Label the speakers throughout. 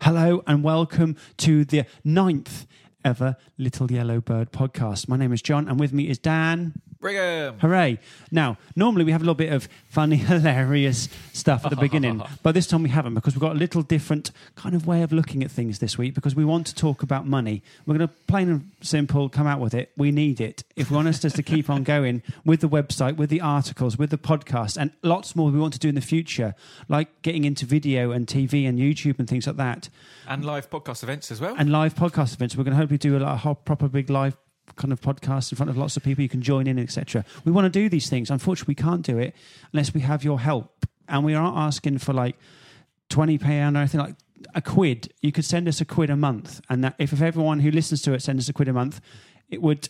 Speaker 1: Hello and welcome to the ninth ever Little Yellow Bird podcast. My name is John and with me is Dan.
Speaker 2: Brigham.
Speaker 1: Hooray. Now, normally we have a little bit of funny, hilarious stuff at the beginning, but this time we haven't because we've got a little different kind of way of looking at things this week because we want to talk about money. We're going to plain and simple come out with it. We need it. If we want us just to keep on going with the website, with the articles, with the podcast, and lots more we want to do in the future, like getting into video and TV and YouTube and things like that,
Speaker 2: And live podcast events as well.
Speaker 1: and live podcast events. We're going to hopefully do a, lot of ho- proper big live kind of podcast in front of lots of people. You can join in, etc. We want to do these things. Unfortunately, we can't do it unless we have your help, and we aren't asking for like twenty pound or anything like a quid. You could send us a quid a month, and that if, if everyone who listens to it sends us a quid a month, it would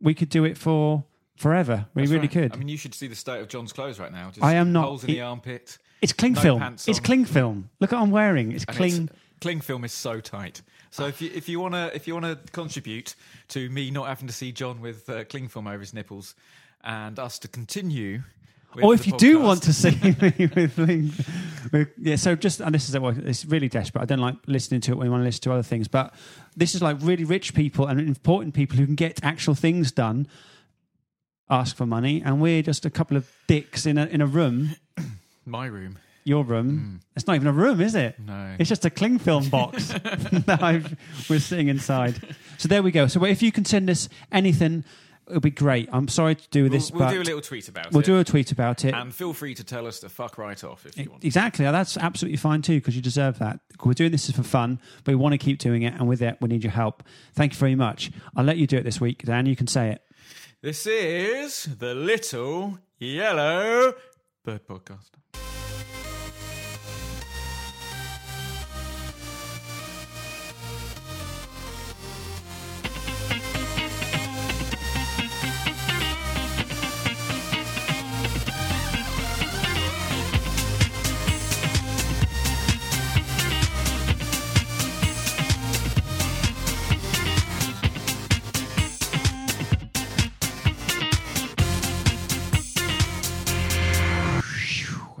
Speaker 1: we could do it for forever. We
Speaker 2: That's
Speaker 1: really
Speaker 2: right.
Speaker 1: could.
Speaker 2: I mean, you should see the state of John's clothes right now. Just
Speaker 1: I am not- e-
Speaker 2: Holes in the
Speaker 1: it-
Speaker 2: armpit.
Speaker 1: it's cling
Speaker 2: no
Speaker 1: film.
Speaker 2: pants
Speaker 1: It's
Speaker 2: on.
Speaker 1: cling film. Look what I'm wearing. It's
Speaker 2: And
Speaker 1: cling.
Speaker 2: it's- Cling film is so tight. So if you if you wanna if you wanna contribute to me not having to see John with uh, cling film over his nipples, and us to continue. with
Speaker 1: or if
Speaker 2: the
Speaker 1: you do
Speaker 2: podcast-
Speaker 1: want to see me with, link- with yeah so just and this is well, it's really desperate i don't like listening to it when i want to listen to other things but this is like really rich people and important people who can get actual things done ask for money and we're just a couple of dicks in a, in a room
Speaker 2: my room,
Speaker 1: your room
Speaker 2: Mm.
Speaker 1: it's not even a room is it
Speaker 2: No.
Speaker 1: it's just a cling film box that I've, we're sitting inside so there we go so if you can send us anything it'll be great i'm sorry to do
Speaker 2: we'll,
Speaker 1: this
Speaker 2: we'll
Speaker 1: but
Speaker 2: do a little tweet about
Speaker 1: we'll
Speaker 2: it.
Speaker 1: do a tweet about it
Speaker 2: and feel free to tell us to fuck right off if you want.
Speaker 1: Exactly. That's absolutely fine too, because you deserve that. We're doing this for fun, but we want to keep doing it. And with it, we need your help. Thank you very much. I'll let you do it this week, Dan. You can say it.
Speaker 2: This is the Little Yellow Bird Podcast.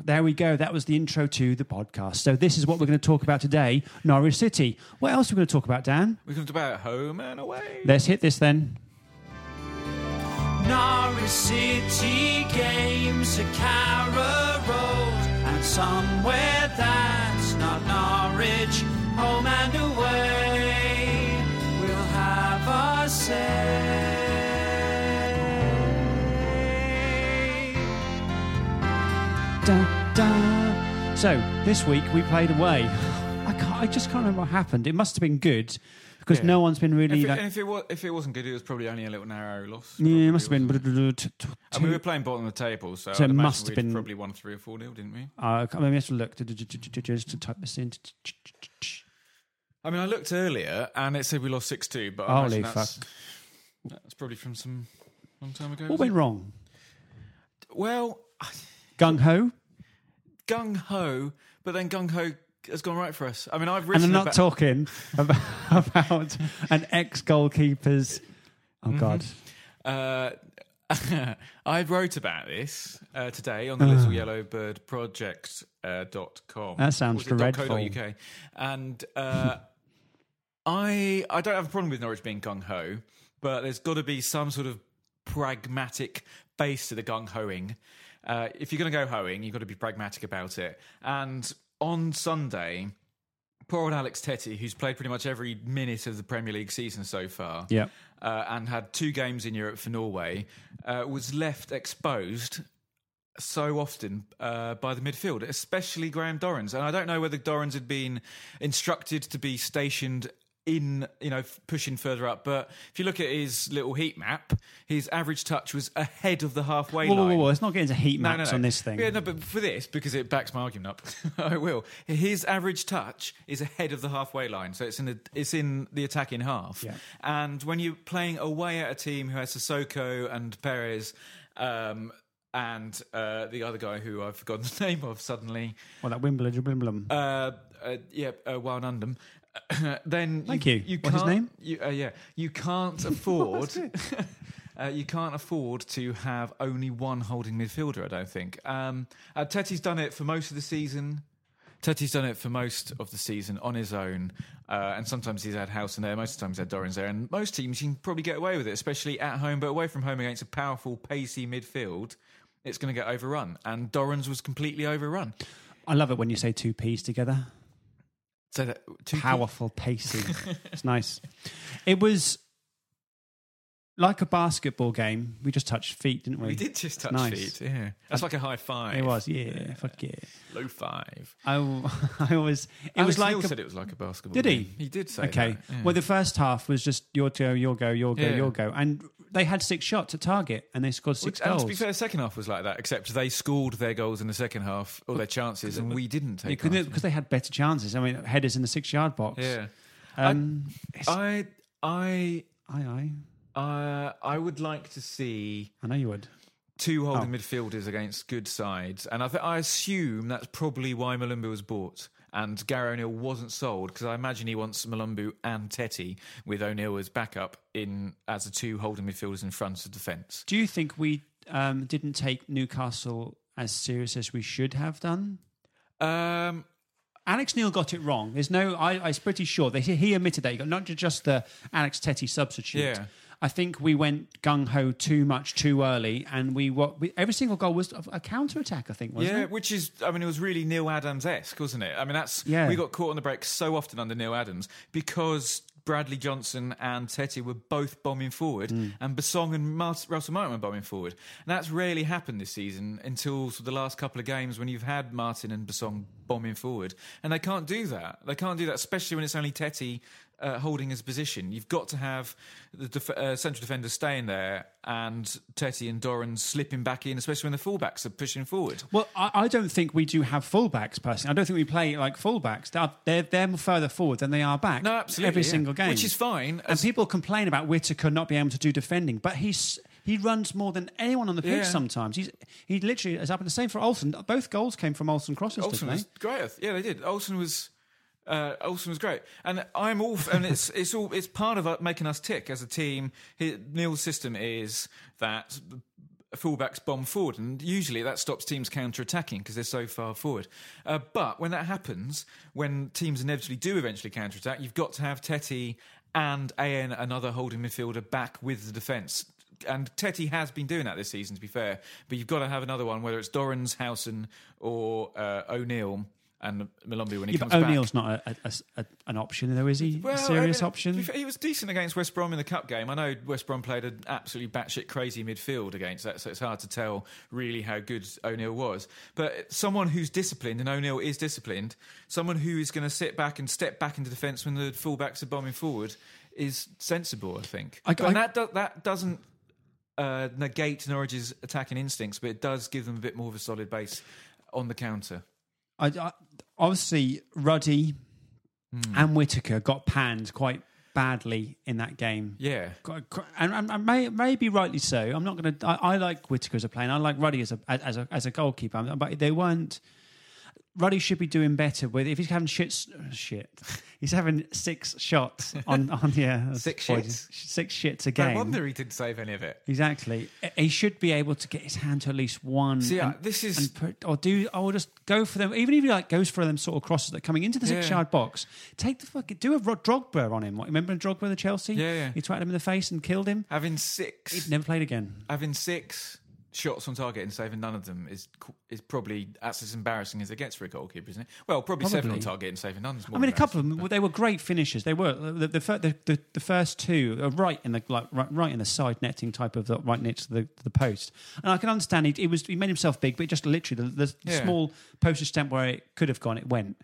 Speaker 1: There we go. That was the intro to the podcast. So this is what we're going to talk about today Norwich City. What else are we going to talk about, Dan?
Speaker 2: We talked about home and away.
Speaker 1: Let's hit this then.
Speaker 3: Norwich City games at Carrow Road and somewhere that's not Norwich, home and away. We'll have our say.
Speaker 1: Da, da. So this week we played away. I, can't, I just can't remember what happened. It must have been good because no one's been really.
Speaker 2: If it,
Speaker 1: like,
Speaker 2: and if it was, if it wasn't good, it was probably only a little narrow loss.
Speaker 1: yeah,
Speaker 2: probably,
Speaker 1: it must have been.
Speaker 2: wasn't it? I mean, we
Speaker 1: two-
Speaker 2: were playing bottom of the table, so,
Speaker 1: So it
Speaker 2: I'd imagine
Speaker 1: must have
Speaker 2: we'd
Speaker 1: been-
Speaker 2: probably won three or four nil, didn't we?
Speaker 1: Uh, I mean, we have to look just to type this in.
Speaker 2: I mean, I looked earlier and it said we lost six two, but I
Speaker 1: Holy
Speaker 2: imagine that's, that's probably from some long time ago.
Speaker 1: What
Speaker 2: wasn't
Speaker 1: went wrong?
Speaker 2: it? Well,
Speaker 1: Gung ho,
Speaker 2: gung ho, but then gung ho has gone right for us. I mean, I've
Speaker 1: and
Speaker 2: written
Speaker 1: I'm not
Speaker 2: about,
Speaker 1: talking about, about an ex goalkeeper's. Oh
Speaker 2: Mm-hmm.
Speaker 1: God!
Speaker 2: Uh, I uh, wrote about this uh, today on the Little Yellow Bird Project uh, dot com.
Speaker 1: That sounds
Speaker 2: Was it dot co dot
Speaker 1: dreadful.
Speaker 2: UK. And uh, I I don't have a problem with Norwich being gung ho, but there's got to be some sort of pragmatic base to the gung hoing. Uh, if you're going to go hoeing, you've got to be pragmatic about it. And on Sunday, poor old Alex Tetty, who's played pretty much every minute of the Premier League season so far,
Speaker 1: Yep.
Speaker 2: uh, and had two games in Europe for Norway, uh, was left exposed so often uh, by the midfield, especially Graham Dorrans. And I don't know whether Dorrans had been instructed to be stationed in you know f- pushing further up. But if you look at his little heat map, his average touch was ahead of the halfway
Speaker 1: Whoa,
Speaker 2: line.
Speaker 1: whoa, whoa, whoa! Let's not get into heat maps on this thing.
Speaker 2: Yeah, no, but for this, because it backs my argument up, I will. His average touch is ahead of the halfway line, so it's in the, it's in the attacking half.
Speaker 1: Yeah.
Speaker 2: And when you're playing away at a team who has Sissoko and Perez, um, and uh, the other guy who I've forgotten the name of suddenly,
Speaker 1: Well, that Wimbledon, blim, blim.
Speaker 2: uh, uh, yeah, uh, Wild Undham. then
Speaker 1: Thank you.
Speaker 2: you
Speaker 1: What's his
Speaker 2: can't,
Speaker 1: name?
Speaker 2: You, uh, yeah, you can't afford. Uh, you can't afford to have only one holding midfielder. I don't think. Um, uh, Tetty's done it for most of the season. Tetty's done it for most of the season on his own, uh, and sometimes he's had House in there. Most times he's had Dorans there, and most teams you can probably get away with it, especially at home. But away from home against a powerful, pacey midfield, it's going to get overrun. And Dorans was completely overrun.
Speaker 1: I love it when you say two P's together.
Speaker 2: So that two
Speaker 1: Powerful, pacey. it's nice. It was like a basketball game. We just touched feet, didn't we?
Speaker 2: We did just touch
Speaker 1: Nice.
Speaker 2: feet. Yeah, that's like a high five.
Speaker 1: It was, yeah, fuck yeah.
Speaker 2: low five.
Speaker 1: I, I always, it
Speaker 2: It
Speaker 1: was like,
Speaker 2: Neil
Speaker 1: a-
Speaker 2: said it was like a basketball.
Speaker 1: Did he?
Speaker 2: game. He did say.
Speaker 1: okay.
Speaker 2: that, yeah.
Speaker 1: Well, the first half was just your go, your go, your go,
Speaker 2: Yeah.
Speaker 1: your go, and they had six shots at target, and they scored six
Speaker 2: and to be
Speaker 1: goals.
Speaker 2: fair, the second half was like that, except they scored their goals in the second half, or their chances, and we didn't take
Speaker 1: because
Speaker 2: ours.
Speaker 1: because they had better chances. I mean, headers in the six-yard box.
Speaker 2: Yeah.
Speaker 1: Um,
Speaker 2: I, I,
Speaker 1: aye, aye.
Speaker 2: uh, I would like to see
Speaker 1: I know you would.
Speaker 2: two holding midfielders against good sides, and I, th- I assume that's probably why Malumbu was bought and Gary O'Neill wasn't sold because I imagine he wants Malumbu and Tetty with O'Neill as backup in as the two holding midfielders in front of defence.
Speaker 1: Do you think we um, didn't take Newcastle as serious as we should have done?
Speaker 2: Um,
Speaker 1: Alex Neil got it wrong. There's no. I, I'm pretty sure that he, he admitted that he got not ju- just the Alex Tetty substitute.
Speaker 2: Yeah.
Speaker 1: I think we went gung ho too much too early, and we what we, every single goal was a counter attack. I think wasn't
Speaker 2: yeah,
Speaker 1: it?
Speaker 2: which is, I mean, it was really Neil Adams esque, wasn't it? I mean, that's
Speaker 1: Yeah.
Speaker 2: we got caught on the break so often under Neil Adams because Bradley Johnson and Tetty were both bombing forward,
Speaker 1: Mm.
Speaker 2: and Basong and Mart- Russell Martin were bombing forward. And that's rarely happened this season until sort of the last couple of games when you've had Martin and Basong bombing forward, and they can't do that. They can't do that, especially when it's only Tetty. Uh, holding his position, you've got to have the def- uh, central defender staying there, and Tetty and Doran slipping back in, especially when the fullbacks are pushing forward.
Speaker 1: Well, I, I don't think we do have fullbacks personally. I don't think we play like fullbacks. They're they're, they're further forward than they are back.
Speaker 2: No, absolutely.
Speaker 1: Every
Speaker 2: yeah.
Speaker 1: single game,
Speaker 2: which is fine.
Speaker 1: And
Speaker 2: as-
Speaker 1: people complain about Whitaker not being able to do defending, but he's he runs more than anyone on the pitch.
Speaker 2: Yeah.
Speaker 1: Sometimes he's he literally has happened the same for Olsen. Both goals came from Olsen crosses,
Speaker 2: Olsen
Speaker 1: didn't
Speaker 2: was
Speaker 1: they?
Speaker 2: great. Yeah, they did. Olsen was. Uh, Olsen was great, and I'm all, f- and it's it's all it's part of uh, making us tick as a team. He, Neil's system is that fullbacks bomb forward, and usually that stops teams counter attacking because they're so far forward. Uh, but when that happens, when teams inevitably do eventually counter attack, you've got to have Tetty and An another holding midfielder back with the defence. And Tetty has been doing that this season, to be fair. But you've got to have another one, whether it's Dorans, Housen, or uh, O'Neill and Malumbi when he
Speaker 1: Yeah,
Speaker 2: comes
Speaker 1: but
Speaker 2: back.
Speaker 1: O'Neill's not a, a- a- a- an option, though, is he?
Speaker 2: Well,
Speaker 1: a
Speaker 2: I
Speaker 1: serious
Speaker 2: mean, to be
Speaker 1: option.
Speaker 2: fair, He was decent against West Brom in the cup game. I know West Brom played an absolutely batshit crazy midfield against that, so it's hard to tell really how good O'Neill was. But someone who's disciplined, and O'Neill is disciplined, someone who is going to sit back and step back into defence when the fullbacks are bombing forward is sensible, I think.
Speaker 1: I- I-
Speaker 2: and that do- that doesn't. Uh, negate Norwich's attacking instincts, but it does give them a bit more of a solid base on the counter.
Speaker 1: I, I, obviously, Ruddy
Speaker 2: Hmm.
Speaker 1: and Whitaker got panned quite badly in that game.
Speaker 2: Yeah,
Speaker 1: Quite- quite- And, and, and may, maybe rightly so. I'm not going to. I like Whitaker as a player. And I like Ruddy as a as a as a goalkeeper. um, But they weren't. Ruddy should be doing better with if he's having shit. s- Shit, he's having six shots on on yeah
Speaker 2: Six shits.
Speaker 1: six shits a
Speaker 2: no
Speaker 1: game.
Speaker 2: wonder he didn't save any of it.
Speaker 1: Exactly. He should be able to get his hand to at least one.
Speaker 2: See, I-
Speaker 1: and-
Speaker 2: this is-
Speaker 1: and put, or do or just go for them. Even if he like goes for them sort of crosses that are coming into the
Speaker 2: Yeah.
Speaker 1: six yard box, take the fucking do a Rod Drogba on him. Like, remember Drogba the Chelsea?
Speaker 2: Yeah, yeah.
Speaker 1: He twatted him in the face and killed him.
Speaker 2: Having six
Speaker 1: He'd never played again.
Speaker 2: having six shots on target and saving none of them is qu- is probably that's as embarrassing as it gets for a goalkeeper, isn't it? Well, probably, seven on
Speaker 1: Probably.
Speaker 2: target and saving none. Is more
Speaker 1: I mean, a couple of them. They were great finishes. They were uh, the the, fir- the, the, the first two are right in the like right, right in the side netting type of the, right next to the, the post. And I can understand he, he was he made himself big, but just literally the, the
Speaker 2: Yeah.
Speaker 1: small postage stamp where it could have gone, it went.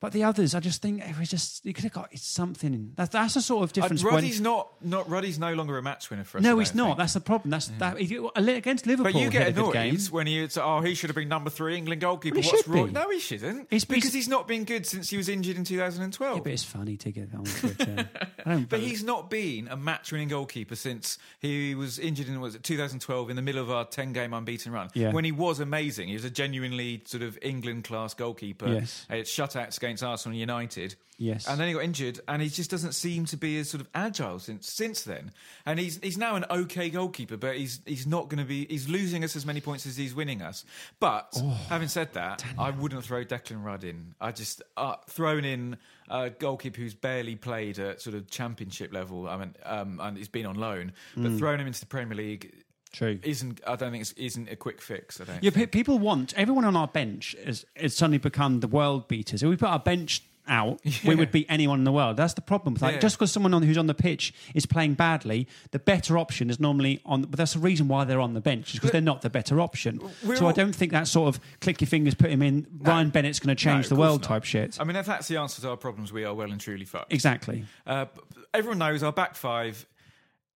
Speaker 1: But the others, I just think it was just you could have got it's something. That's that's a sort of difference.
Speaker 2: Uh,
Speaker 1: when-
Speaker 2: Ruddy's not, not Ruddy's no longer a match winner for us. I
Speaker 1: no,
Speaker 2: don't
Speaker 1: he's not.
Speaker 2: think.
Speaker 1: That's the problem. That's that if you, against Liverpool.
Speaker 2: But you
Speaker 1: he
Speaker 2: get
Speaker 1: had a good game.
Speaker 2: annoyed when he it's oh he should have been number three England goalkeeper.
Speaker 1: Well, he
Speaker 2: What's
Speaker 1: should
Speaker 2: wrong?
Speaker 1: be.
Speaker 2: No, he shouldn't.
Speaker 1: It's
Speaker 2: because
Speaker 1: because-
Speaker 2: he's not been good since he was injured in 2012.
Speaker 1: But it's funny to get on Twitter. I don't
Speaker 2: But
Speaker 1: vote.
Speaker 2: he's not been a match-winning goalkeeper since he was injured in was it 2012 in the middle of our 10-game unbeaten run.
Speaker 1: Yeah.
Speaker 2: When he was amazing, he was a genuinely sort of England-class goalkeeper.
Speaker 1: Yes.
Speaker 2: He had shutouts against Arsenal and United.
Speaker 1: Yes.
Speaker 2: and then he got injured, and he just doesn't seem to be as sort of agile since since then. And he's he's now an okay goalkeeper, but he's he's not going to be. He's losing us as many points as he's winning us. But
Speaker 1: Oh,
Speaker 2: having said that, I wouldn't throw Declan Rudd in. I just uh, thrown in a goalkeeper who's barely played at sort of championship level. I mean, um, and he's been on loan, but throwing him into the Premier League
Speaker 1: Mm. True.
Speaker 2: isn't. I don't think it's, isn't a quick fix. I don't.
Speaker 1: Yeah, pe- people want everyone on our bench has, has suddenly become the world beaters. If we put our bench out, we would beat anyone in the world. That's the problem. Like
Speaker 2: Yeah.
Speaker 1: just because someone on, who's on the pitch is playing badly, the better option is normally on. But that's the reason why they're on the bench is because they're not the better option.
Speaker 2: we're
Speaker 1: So I
Speaker 2: all-
Speaker 1: don't think that sort of click your fingers, put him in. Ryan Bennett's going to change
Speaker 2: of
Speaker 1: the
Speaker 2: course
Speaker 1: world
Speaker 2: not.
Speaker 1: type shit.
Speaker 2: I mean, if that's the answer to our problems, we are well and truly fucked.
Speaker 1: exactly.
Speaker 2: Uh, b- everyone knows our back five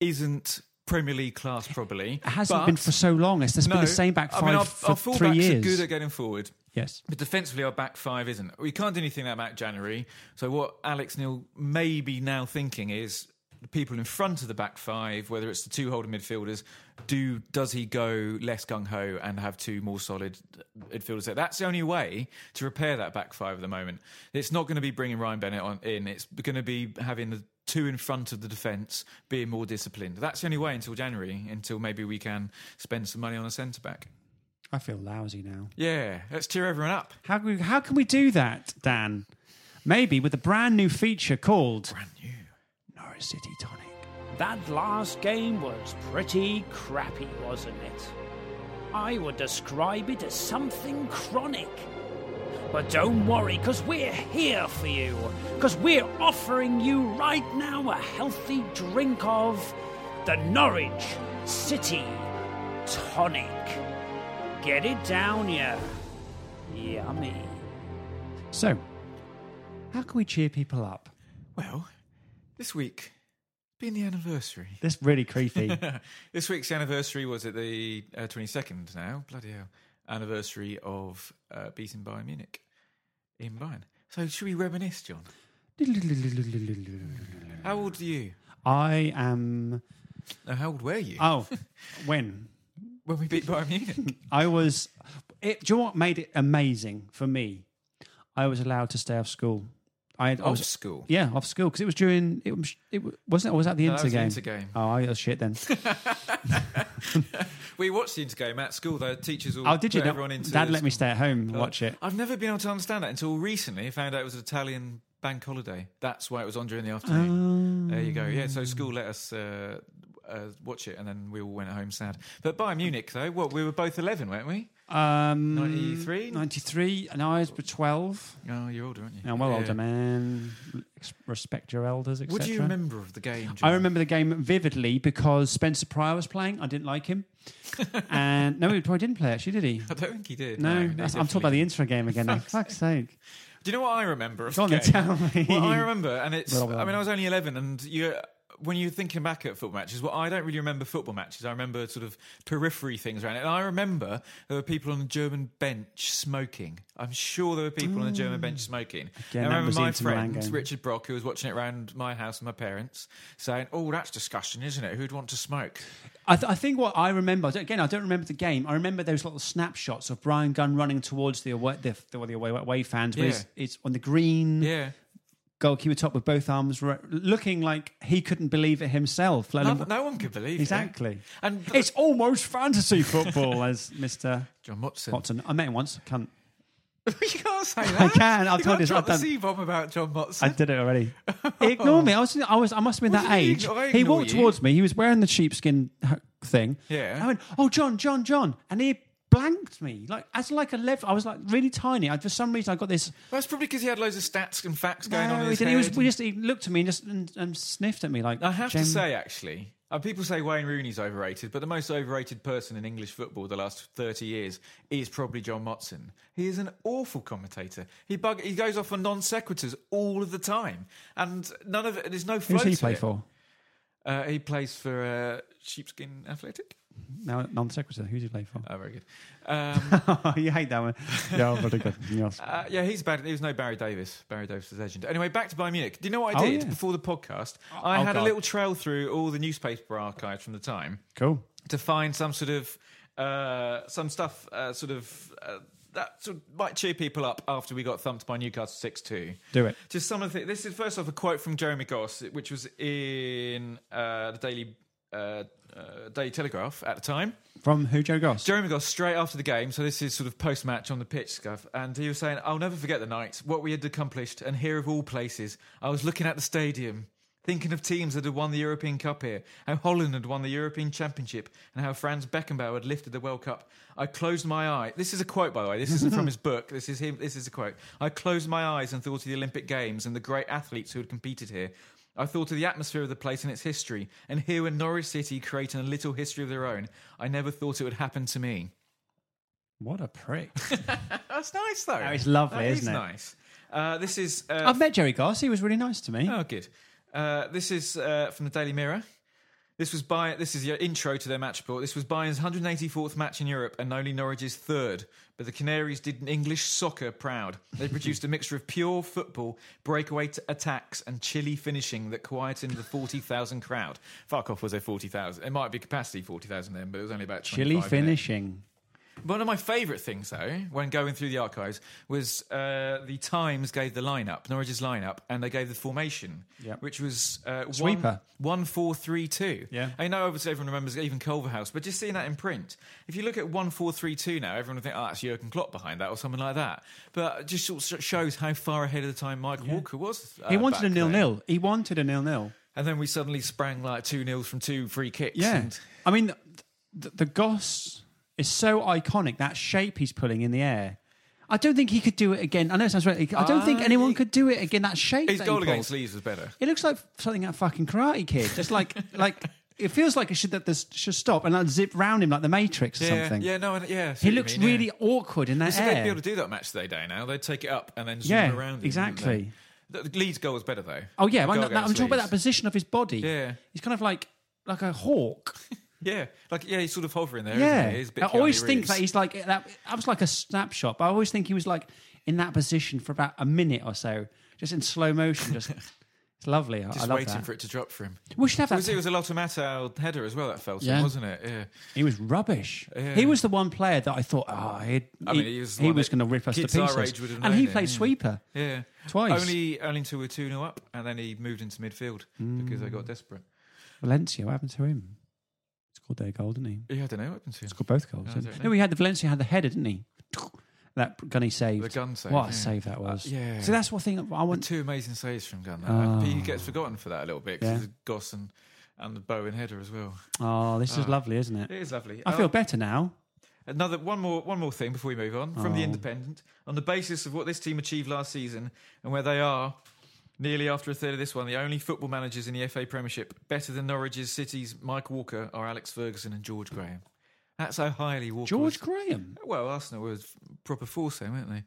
Speaker 2: isn't Premier League class, probably.
Speaker 1: It hasn't
Speaker 2: but-
Speaker 1: been for so long. It's just
Speaker 2: no,
Speaker 1: been the same back
Speaker 2: I
Speaker 1: five
Speaker 2: mean, our,
Speaker 1: for
Speaker 2: our
Speaker 1: three
Speaker 2: fullbacks
Speaker 1: years.
Speaker 2: are good at getting forward.
Speaker 1: yes.
Speaker 2: But defensively, our back five isn't. We can't do anything about January. So what Alex Neil may be now thinking is the people in front of the back five, whether it's the two holding midfielders, do does he go less gung ho and have two more solid midfielders there? That's the only way to repair that back five at the moment. It's not going to be bringing Ryan Bennett on in. It's going to be having the two in front of the defence being more disciplined. That's the only way until January, until maybe we can spend some money on a centre back.
Speaker 1: I feel lousy now.
Speaker 2: Yeah, let's cheer everyone up.
Speaker 1: How can we, how can we do that, Dan? Maybe with a brand new feature called
Speaker 2: Brand new.
Speaker 1: Norwich City Tonic.
Speaker 4: That last game was pretty crappy, wasn't it? I would describe it as something chronic. But don't worry, because we're here for you. Because we're offering you right now a healthy drink of the Norwich City Tonic. Get it down, yeah. Yummy.
Speaker 1: So, how can we cheer people up?
Speaker 2: Well, this week being the anniversary.
Speaker 1: That's really creepy.
Speaker 2: this week's anniversary was at the uh, 22nd now, bloody hell, anniversary of uh, beating Bayern Munich in Bayern. So should we reminisce, John? How old are you?
Speaker 1: I am.
Speaker 2: No, how old were you
Speaker 1: Oh, when
Speaker 2: when we beat Bayern Munich?
Speaker 1: I was. It, do you know what made it amazing for me? I was allowed to stay off school. I, I
Speaker 2: Old
Speaker 1: was,
Speaker 2: school.
Speaker 1: Yeah, off school because it was during it was it wa- wasn't it or was that the
Speaker 2: No, that was the
Speaker 1: intergame?
Speaker 2: intergame.
Speaker 1: Oh, I was shit then.
Speaker 2: We watched the intergame at school. though. teachers all
Speaker 1: Oh, did you?
Speaker 2: put
Speaker 1: No,
Speaker 2: everyone into Oh.
Speaker 1: Dad
Speaker 2: the
Speaker 1: let me
Speaker 2: school.
Speaker 1: stay at home and watch it.
Speaker 2: I've never been able to understand that until recently. I found out it was an Italian bank holiday. That's why it was on during the
Speaker 1: Oh.
Speaker 2: afternoon. There you go. Yeah, so school let us uh, uh, watch it, and then we all went home sad. But Bayern Munich, though, what we were both eleven, weren't we?
Speaker 1: Um,
Speaker 2: 93?
Speaker 1: 93, and I was 12.
Speaker 2: Oh, you're older, aren't you?
Speaker 1: Yeah, I'm well
Speaker 2: Yeah.
Speaker 1: older, man. Ex- Respect your elders, etc.
Speaker 2: What do you remember of the game?
Speaker 1: I
Speaker 2: John?
Speaker 1: remember the game vividly because Spencer Pryor was playing. I didn't like him. and no, he probably didn't play actually, did he?
Speaker 2: I don't think he did.
Speaker 1: No,
Speaker 2: he
Speaker 1: that's- I'm talking about
Speaker 2: definitely-
Speaker 1: the intro game again. now. Fuck's sake.
Speaker 2: Do you know what I remember? Of
Speaker 1: Go on
Speaker 2: the
Speaker 1: then,
Speaker 2: game?
Speaker 1: tell me.
Speaker 2: Well, I remember, and it's.
Speaker 1: Blah, blah,
Speaker 2: I mean,
Speaker 1: blah.
Speaker 2: I was only eleven, and you. When you're thinking back at football matches, well, I don't really remember football matches. I remember sort of periphery things around it. And I remember there were people on the German bench smoking. I'm sure there were people on the German bench smoking.
Speaker 1: Mm. Again, that
Speaker 2: And I remember
Speaker 1: was
Speaker 2: my
Speaker 1: Inter Milan
Speaker 2: friend,
Speaker 1: game.
Speaker 2: Richard Brock, who was watching it around my house with my parents, saying, Oh, that's disgusting, isn't it? Who'd want to smoke?
Speaker 1: I, th- I think what I remember again, I don't remember the game. I remember those little snapshots of Brian Gunn running towards the away, the, the, the away, away fans. Where
Speaker 2: Yeah.
Speaker 1: he's, he's on the green.
Speaker 2: Yeah.
Speaker 1: goalkeeper top with both arms, ra- looking like he couldn't believe it himself. let
Speaker 2: No,
Speaker 1: alone-
Speaker 2: no one could believe it.
Speaker 1: exactly.
Speaker 2: And
Speaker 1: It's almost fantasy football, as Mister
Speaker 2: John Watson.
Speaker 1: Watson. I met him once. Can't.
Speaker 2: you can't say that.
Speaker 1: I can, I've
Speaker 2: you
Speaker 1: told
Speaker 2: can't
Speaker 1: you,
Speaker 2: drop
Speaker 1: I've done-
Speaker 2: the C bomb about John
Speaker 1: I
Speaker 2: Watson.
Speaker 1: did it already. Ignore me. I was. I was. I must have been
Speaker 2: What
Speaker 1: that
Speaker 2: do you mean,
Speaker 1: age.
Speaker 2: I
Speaker 1: He
Speaker 2: ignore
Speaker 1: walked
Speaker 2: you?
Speaker 1: towards me. He was wearing the sheepskin h- thing.
Speaker 2: Yeah.
Speaker 1: I went, oh John, John, John, and he blanked me like as like a left. I was like really tiny. I, for some reason, I got this.
Speaker 2: That's probably because he had loads of stats and facts going on
Speaker 1: No,
Speaker 2: in
Speaker 1: he,
Speaker 2: his
Speaker 1: didn't.
Speaker 2: head.
Speaker 1: he was. We just. He looked at me and just and, and sniffed at me like.
Speaker 2: I have
Speaker 1: "Jem,
Speaker 2: to say, actually, And people say Wayne Rooney's overrated, but the most overrated person in English football the last 30 years is probably John Motson. He is an awful commentator. He bug, he goes off on non sequiturs all of the time, and none of it. There's no flow.
Speaker 1: Who's he
Speaker 2: to
Speaker 1: play
Speaker 2: it.
Speaker 1: for?
Speaker 2: Uh, he plays for uh, Sheepskin Athletic.
Speaker 1: Now, non secretary. Who's he play for?
Speaker 2: Oh, very good. Um,
Speaker 1: you hate that one. Yeah, I'll take that. Yes.
Speaker 2: uh, yeah, he's bad. There was no Barry Davis. Barry Davis was a legend. Anyway, back to Bayern Munich. Do you know what I
Speaker 1: Oh,
Speaker 2: did
Speaker 1: yeah.
Speaker 2: before the podcast? I
Speaker 1: oh,
Speaker 2: had a
Speaker 1: God.
Speaker 2: little trail through all the newspaper archives from the time.
Speaker 1: Cool.
Speaker 2: to find some sort of uh, some stuff uh, sort of uh, that sort of might cheer people up after we got thumped by Newcastle six two.
Speaker 1: Do it.
Speaker 2: Just some of the this is first off a quote from Jeremy Goss, which was in uh, the Daily uh, uh, Daily Telegraph at the time.
Speaker 1: From who? Joe Goss.
Speaker 2: Jeremy Goss straight after the game, so this is sort of post match on the pitch stuff, and he was saying, I'll never forget the night, what we had accomplished, and here of all places, I was looking at the stadium, thinking of teams that had won the European Cup here, how Holland had won the European Championship, and how Franz Beckenbauer had lifted the World Cup. I closed my eye. This is a quote, by the way. This isn't from his book. This is him. This is a quote. I closed my eyes and thought of the Olympic Games and the great athletes who had competed here. I thought of the atmosphere of the place and its history, and here in Norwich City creating a little history of their own. I never thought it would happen to me.
Speaker 1: What a prick.
Speaker 2: That's nice, though.
Speaker 1: That is lovely,
Speaker 2: That
Speaker 1: isn't it?
Speaker 2: Nice. Uh, this is. Uh,
Speaker 1: I've met Jerry Goss. He was really nice to me.
Speaker 2: oh, good. Uh, this is uh, from the Daily Mirror. This was by. This is your intro to their match report. This was Bayern's 184th match in Europe and only Norwich's third. But the Canaries did English soccer proud. They produced a mixture of pure football, breakaway t- attacks, and chilly finishing that quietened the 40,000 crowd. Fuck off, was there 40,000? It might be capacity 40,000 then, but it was only about
Speaker 1: Chilly
Speaker 2: 25 in it.
Speaker 1: finishing.
Speaker 2: One of my favourite things, though, when going through the archives, was uh, the Times gave the lineup, Norwich's lineup, and they gave the formation,
Speaker 1: Yep.
Speaker 2: which was uh, one-
Speaker 1: Sweeper.
Speaker 2: one four three two.
Speaker 1: Yeah.
Speaker 2: I know obviously everyone remembers even Culverhouse, but just seeing that in print, if you look at one four three two now, everyone would think, oh, that's Jurgen Klopp behind that or something like that. But it just sort of shows how far ahead of the time Michael Walker was. uh,
Speaker 1: He wanted a
Speaker 2: back
Speaker 1: nil
Speaker 2: then.
Speaker 1: nil. He wanted a nil nil.
Speaker 2: and then we suddenly sprang like two nils from two free kicks.
Speaker 1: Yeah.
Speaker 2: and-
Speaker 1: I mean, the, the Goss is so iconic. That shape he's pulling in the air. I don't think he could do it again. I know it sounds right. I don't think
Speaker 2: I-
Speaker 1: anyone could do it again. That shape.
Speaker 2: his
Speaker 1: that he
Speaker 2: goal
Speaker 1: pulled.
Speaker 2: against Leeds was better.
Speaker 1: It looks like something out of fucking Karate Kid. Just like like it feels like it should that this should stop and like zip round him like the Matrix or
Speaker 2: Yeah,
Speaker 1: something.
Speaker 2: yeah, no, I- yeah. I
Speaker 1: He
Speaker 2: see what you
Speaker 1: looks
Speaker 2: mean, yeah.
Speaker 1: really awkward in that
Speaker 2: So they'd be
Speaker 1: air.
Speaker 2: able to do that match today day now. They'd take it up and then zoom
Speaker 1: Yeah,
Speaker 2: around. it, wouldn't
Speaker 1: exactly.
Speaker 2: they? The- the Leeds goal was better though.
Speaker 1: Oh yeah,
Speaker 2: The
Speaker 1: I'm, not-
Speaker 2: goal
Speaker 1: I'm
Speaker 2: against
Speaker 1: talking about
Speaker 2: Leeds.
Speaker 1: that position of his body.
Speaker 2: Yeah.
Speaker 1: he's kind of like like a hawk.
Speaker 2: Yeah, like yeah, he's sort of hovering there.
Speaker 1: Yeah,
Speaker 2: isn't he? He's a bit
Speaker 1: I always
Speaker 2: Keanu
Speaker 1: think
Speaker 2: Reeves.
Speaker 1: that he's like that. That was like a snapshot. But I always think he was like in that position for about a minute or so, just in slow motion. Just it's lovely. I, I
Speaker 2: just
Speaker 1: love
Speaker 2: waiting
Speaker 1: that.
Speaker 2: for it to drop for him.
Speaker 1: We should have
Speaker 2: It was,
Speaker 1: that.
Speaker 2: it was a lot of Mattel header as well that fell to
Speaker 1: Yeah.
Speaker 2: him, wasn't it? Yeah.
Speaker 1: He was rubbish. He was the one player that I thought, oh, he'd,
Speaker 2: I
Speaker 1: he,
Speaker 2: mean, he was
Speaker 1: he
Speaker 2: one
Speaker 1: was
Speaker 2: that
Speaker 1: going to rip us to
Speaker 2: kids our age
Speaker 1: pieces.
Speaker 2: would have
Speaker 1: And he
Speaker 2: known it,
Speaker 1: played
Speaker 2: yeah.
Speaker 1: sweeper.
Speaker 2: Yeah,
Speaker 1: Twice.
Speaker 2: Only, only until we were two 0 up, and then he moved into midfield because they got desperate.
Speaker 1: Mm. Valencia, what happened to him? He scored their goal, didn't he?
Speaker 2: Yeah, I don't know what happened to him.
Speaker 1: He scored both goals.
Speaker 2: I
Speaker 1: didn't
Speaker 2: don't
Speaker 1: he?
Speaker 2: know.
Speaker 1: No, he had the Valencia had the header, didn't he? That gun he saved.
Speaker 2: The gun save,
Speaker 1: What
Speaker 2: yeah. Uh,
Speaker 1: a save that was.
Speaker 2: yeah.
Speaker 1: So that's one thing I want.
Speaker 2: Two amazing saves from Gunn.
Speaker 1: Oh.
Speaker 2: He gets forgotten for that a little bit
Speaker 1: Yeah.
Speaker 2: because of Goss and, and the Bowen header as well.
Speaker 1: Oh, this is
Speaker 2: Ah.
Speaker 1: lovely, isn't
Speaker 2: It
Speaker 1: it?
Speaker 2: is lovely.
Speaker 1: I
Speaker 2: And
Speaker 1: feel better now.
Speaker 2: Another one more one more thing before we move on from the
Speaker 1: Oh.
Speaker 2: Independent on the basis of what this team achieved last season and where they are nearly after a third of this one the only football managers in the FA Premiership better than Norwich's City's Mike Walker are Alex Ferguson and George Graham. That's how highly Walker
Speaker 1: George
Speaker 2: was-
Speaker 1: Graham.
Speaker 2: Well, Arsenal were proper force there, weren't they?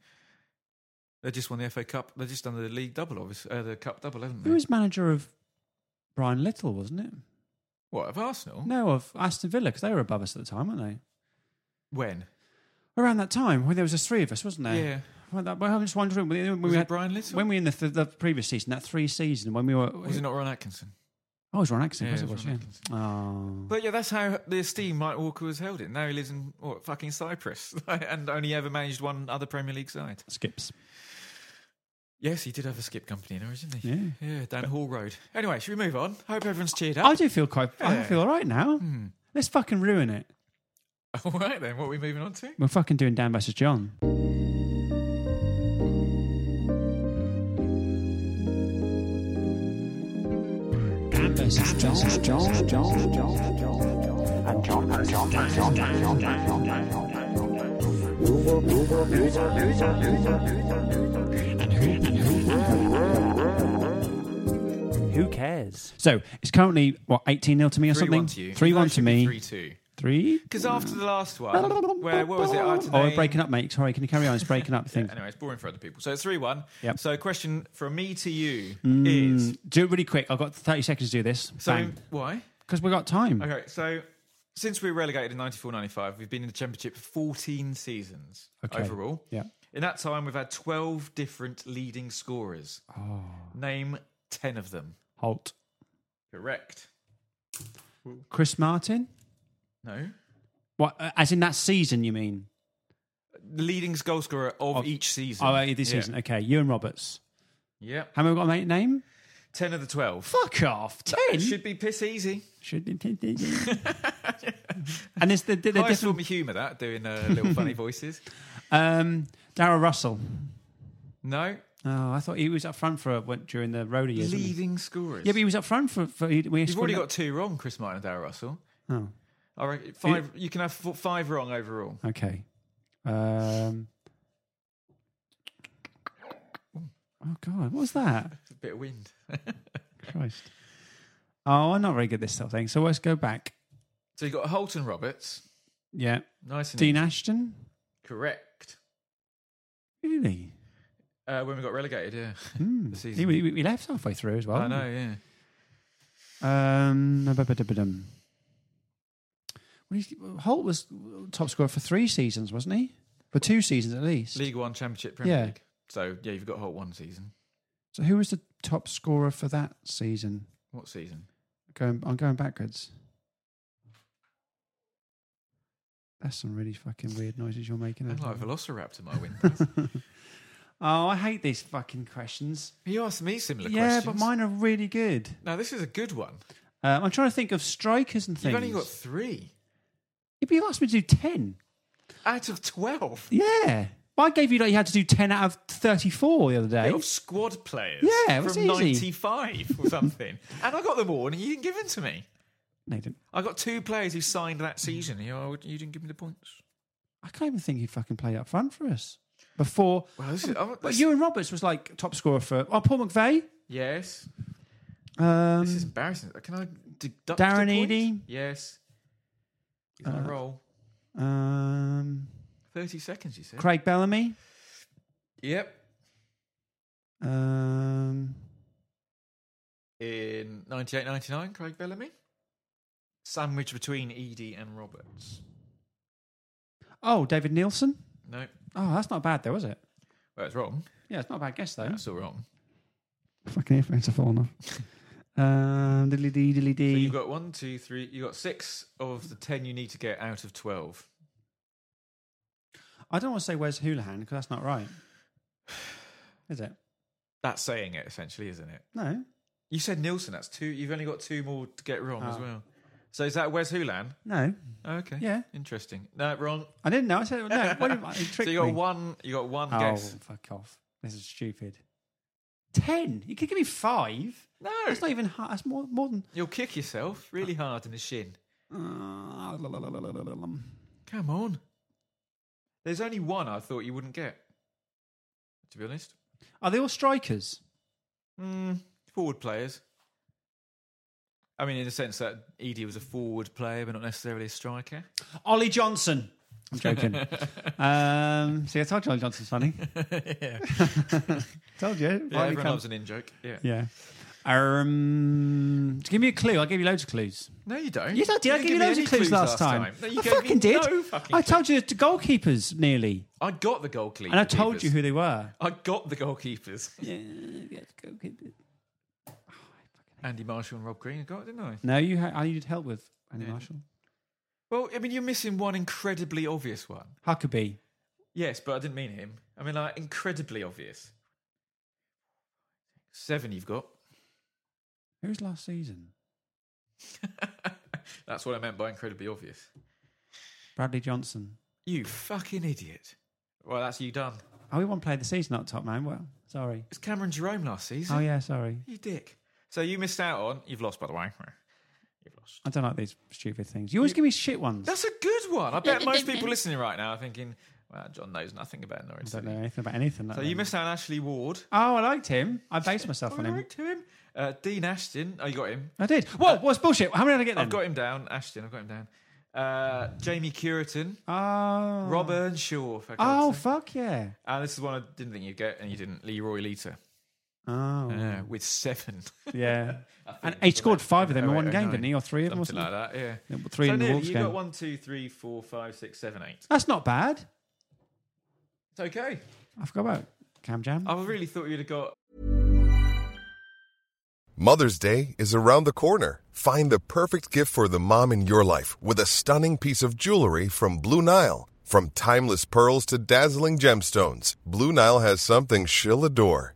Speaker 2: They just won the FA Cup. They just done the league double, obviously, uh, the cup double, haven't they?
Speaker 1: Who was manager of Brian Little, wasn't it?
Speaker 2: what of Arsenal?
Speaker 1: No, of Aston Villa, because they were above us at the time, weren't they?
Speaker 2: When?
Speaker 1: Around that time, when there was just three of us, wasn't there?
Speaker 2: Yeah.
Speaker 1: Well, that, well, I'm just wondering when, when
Speaker 2: Was
Speaker 1: we
Speaker 2: it
Speaker 1: had
Speaker 2: Brian Little?
Speaker 1: when we in the, th- the previous season, that three season when we were.
Speaker 2: Was it not Ron Atkinson?
Speaker 1: oh, it was Ron Atkinson.
Speaker 2: Yeah,
Speaker 1: of
Speaker 2: it
Speaker 1: course
Speaker 2: was
Speaker 1: it
Speaker 2: Ron
Speaker 1: was, yeah. Oh.
Speaker 2: But yeah, that's how the esteem Mike Walker was held in. Now he lives in what, fucking Cyprus and only ever managed one other Premier League side.
Speaker 1: skips.
Speaker 2: Yes, he did have a skip company in Norwich, didn't he?
Speaker 1: Yeah.
Speaker 2: Yeah, down Hall Road. Anyway, should we move on? Hope everyone's cheered up.
Speaker 1: I do feel quite. I
Speaker 2: Yeah. Hmm.
Speaker 1: feel all right now. Let's fucking ruin it.
Speaker 2: All right then, what are we moving on to?
Speaker 1: We're fucking doing Dan versus John. Dan versus John.
Speaker 4: Who cares?
Speaker 1: So it's currently what eighteen 0 to me or
Speaker 2: Three
Speaker 1: something.
Speaker 2: one to you.
Speaker 1: Three
Speaker 2: No, it
Speaker 1: one to
Speaker 2: should be
Speaker 1: me.
Speaker 2: Three two.
Speaker 1: Three.
Speaker 2: Because after the last one, where what was it? I had to
Speaker 1: Oh, we're
Speaker 2: name-
Speaker 1: breaking up, mate. Sorry, can you carry on? It's breaking up. Thing.
Speaker 2: Anyway, it's boring for other people. So it's three one.
Speaker 1: Yep. Mm,
Speaker 2: So question from me to you is
Speaker 1: Do it really quick. I've got thirty seconds to do this.
Speaker 2: so why?
Speaker 1: because we've got time.
Speaker 2: Okay, so since we were relegated in 94-95, we've been in the championship for 14 seasons
Speaker 1: Okay.
Speaker 2: overall.
Speaker 1: Yeah.
Speaker 2: In that time, we've had 12 different leading scorers.
Speaker 1: Oh.
Speaker 2: Name 10 of them.
Speaker 1: Halt.
Speaker 2: Correct.
Speaker 1: Chris Martin.
Speaker 2: No.
Speaker 1: What? uh, As in that season? You mean?
Speaker 2: The leading goal scorer of,
Speaker 1: Of-
Speaker 2: each season.
Speaker 1: Oh, uh, this
Speaker 2: Yeah.
Speaker 1: season. Okay. Ewan Roberts.
Speaker 2: Yep.
Speaker 1: How many we got? Mate, name?
Speaker 2: 10 of the 12.
Speaker 1: Fuck off.
Speaker 2: It
Speaker 1: Ten.
Speaker 2: should be piss easy.
Speaker 1: Should. and there's the, the, the
Speaker 2: I saw
Speaker 1: different.
Speaker 2: me humour that, doing uh, little funny voices.
Speaker 1: Um, Darrell Russell.
Speaker 2: No.
Speaker 1: Oh, I thought he was up front for went during the rodeo. years. wasn't he?
Speaker 2: Leading scorers.
Speaker 1: Yeah, but he was up front for. for he, we
Speaker 2: You've already got two wrong, Chris Martin and Darrell Russell.
Speaker 1: Oh.
Speaker 2: I reckon five. You can have f- five wrong overall.
Speaker 1: Okay. Um. Oh God, what was that?
Speaker 2: It's a bit of wind.
Speaker 1: Christ. Oh, I'm not very good at this sort of thing. So let's go back.
Speaker 2: so you got Holton Roberts.
Speaker 1: Yeah,
Speaker 2: Nice and
Speaker 1: Dean
Speaker 2: easy.
Speaker 1: Ashton.
Speaker 2: correct.
Speaker 1: Really?
Speaker 2: Uh, when we got relegated, yeah.
Speaker 1: Hmm. He,
Speaker 2: The season.
Speaker 1: we, we left halfway through as well.
Speaker 2: I know, yeah.
Speaker 1: Um. ba-ba-da-ba-dum. What is- Holt was top scorer for three seasons, wasn't he? For two seasons at least.
Speaker 2: League One, Championship, Premier
Speaker 1: Yeah.
Speaker 2: League. So yeah, you've got Holt one season.
Speaker 1: So who was the top scorer for that season?
Speaker 2: What season?
Speaker 1: Going, I'm going backwards. That's some really fucking weird noises you're making.
Speaker 2: I'm
Speaker 1: there.
Speaker 2: like a Velociraptor, my windows.
Speaker 1: oh, I hate these fucking questions.
Speaker 2: you asked me similar
Speaker 1: yeah,
Speaker 2: questions.
Speaker 1: but mine are really good.
Speaker 2: Now this is a good one.
Speaker 1: Um, I'm trying to think of strikers and things.
Speaker 2: You've only got three
Speaker 1: Yeah, but you asked me to do ten.
Speaker 2: out of twelve.
Speaker 1: Yeah, well, I gave you like you had to do ten out of thirty-four the other day.
Speaker 2: Of squad players,
Speaker 1: Yeah, it was
Speaker 2: from
Speaker 1: easy.
Speaker 2: '95 or something, and I got them all, and you didn't give them to me.
Speaker 1: No, you didn't.
Speaker 2: I got two players who signed that season. You, know, you didn't give me the points.
Speaker 1: I can't even think he fucking played up front for us before.
Speaker 2: Well, this is, I'm,
Speaker 1: But
Speaker 2: this-
Speaker 1: Ewan Roberts was like top scorer for. Oh, Paul McVeigh.
Speaker 2: yes,
Speaker 1: Um,
Speaker 2: this is embarrassing. Uh, Can I deduct
Speaker 1: Darren Uh,
Speaker 2: a point?
Speaker 1: Eady?
Speaker 2: Yes, he's on a roll.
Speaker 1: um,
Speaker 2: Thirty seconds, you said.
Speaker 1: Craig Bellamy.
Speaker 2: yep.
Speaker 1: Um,
Speaker 2: In 98-99, Craig Bellamy, sandwiched between Eady and Roberts.
Speaker 1: oh, David Nielsen.
Speaker 2: No,
Speaker 1: Oh, that's not bad though, is it?
Speaker 2: well, it's wrong.
Speaker 1: Yeah, it's not a bad guess though.
Speaker 2: That's all wrong.
Speaker 1: Fucking earphones are falling off. um, diddly dee, diddly
Speaker 2: So
Speaker 1: dee.
Speaker 2: you've got one, two, three. You got six of the ten you need to get out of twelve.
Speaker 1: I don't want to say where's Houlihan because that's not right, is it?
Speaker 2: That's saying it essentially, isn't it?
Speaker 1: No.
Speaker 2: You said Nilsson. That's two. You've only got two more to get wrong as
Speaker 1: Oh.
Speaker 2: well. So is that Wes Hulan?
Speaker 1: No,
Speaker 2: Okay.
Speaker 1: Yeah.
Speaker 2: Interesting. No, wrong.
Speaker 1: I didn't know. I said no. What did I, you
Speaker 2: So
Speaker 1: tricked
Speaker 2: you got
Speaker 1: me.
Speaker 2: one. You got one
Speaker 1: Oh,
Speaker 2: guess.
Speaker 1: fuck off! This is stupid. Ten. You could give me five.
Speaker 2: No,
Speaker 1: That's not even. Hard. That's more more than.
Speaker 2: you'll kick yourself really hard in the shin.
Speaker 1: Uh,
Speaker 2: Come on. There's only one I thought you wouldn't get. To be honest,
Speaker 1: are they all strikers?
Speaker 2: Hmm. forward players. I mean, in the sense that Edie was a forward player, but not necessarily a striker.
Speaker 1: Ollie Johnson. I'm joking. um, see, I told you Ollie Johnson's funny.
Speaker 2: yeah,
Speaker 1: told you. Why
Speaker 2: yeah
Speaker 1: we
Speaker 2: everyone
Speaker 1: come-
Speaker 2: loves an in joke. Yeah.
Speaker 1: Yeah. Um, give me a clue. I gave you loads of clues.
Speaker 2: No, you don't.
Speaker 1: Yes, I did. I
Speaker 2: didn't
Speaker 1: gave you
Speaker 2: me
Speaker 1: loads
Speaker 2: any
Speaker 1: of clues, last time.
Speaker 2: No, you
Speaker 1: I
Speaker 2: gave me
Speaker 1: fucking did.
Speaker 2: No fucking
Speaker 1: I told you the goalkeepers nearly,
Speaker 2: clue. I got the goalkeepers.
Speaker 1: and I told you who they were.
Speaker 2: I got the goalkeepers. Andy Marshall and Rob Green. I got, it, didn't I?
Speaker 1: No, you. Ha- I needed help with Andy Marshall.
Speaker 2: Well, I mean, you're missing one incredibly obvious one.
Speaker 1: Huckabee.
Speaker 2: Yes, but I didn't mean him. I mean, like, incredibly obvious. Seven, you've got.
Speaker 1: Who was last season?
Speaker 2: That's what I meant by incredibly obvious.
Speaker 1: Bradley Johnson.
Speaker 2: You fucking idiot. Well, that's you done.
Speaker 1: Oh, we won play of the season up top, man. Well, sorry.
Speaker 2: It's Cameron Jerome last season.
Speaker 1: Oh yeah, sorry.
Speaker 2: You dick. So you missed out on. You've lost, by the way. You've lost.
Speaker 1: I don't like these stupid things. You always give me shit ones.
Speaker 2: That's a good one. I bet most people listening right now are thinking, "Well, John knows nothing about Norwich."
Speaker 1: I don't
Speaker 2: City."
Speaker 1: know anything about anything.
Speaker 2: So you missed out on Ashley Ward.
Speaker 1: Oh, I liked him. I based myself
Speaker 2: I
Speaker 1: on him.
Speaker 2: liked him. Uh, Uh, Dean Ashton. Oh, you got him.
Speaker 1: I did. Whoa, what's bullshit? How many did I get then?
Speaker 2: Uh, I've got him down. Ashton, I've got him down. Uh, Jamie Curriton.
Speaker 1: Oh.
Speaker 2: Rob Earnshaw. for God's
Speaker 1: Oh,
Speaker 2: sake.
Speaker 1: fuck yeah.
Speaker 2: and Uh, this is one I didn't think you'd get, and you didn't. Leroy Lita.
Speaker 1: Oh.
Speaker 2: Uh, with seven.
Speaker 1: Yeah. and he scored five of them in one game,
Speaker 2: 0809,
Speaker 1: didn't he? Or three of them or
Speaker 2: Something
Speaker 1: something?
Speaker 2: like that, yeah.
Speaker 1: Yeah, but three
Speaker 2: so
Speaker 1: in the
Speaker 2: nearly,
Speaker 1: Wolves
Speaker 2: you
Speaker 1: game.
Speaker 2: got one, two, three, four, five, six, seven, eight.
Speaker 1: That's not bad.
Speaker 2: It's okay.
Speaker 1: I forgot about Cam Jam.
Speaker 2: I really thought you'd have got
Speaker 5: Mother's Day is around the corner. Find the perfect gift for the mom in your life with a stunning piece of jewelry from Blue Nile. From timeless pearls to dazzling gemstones, Blue Nile has something she'll adore.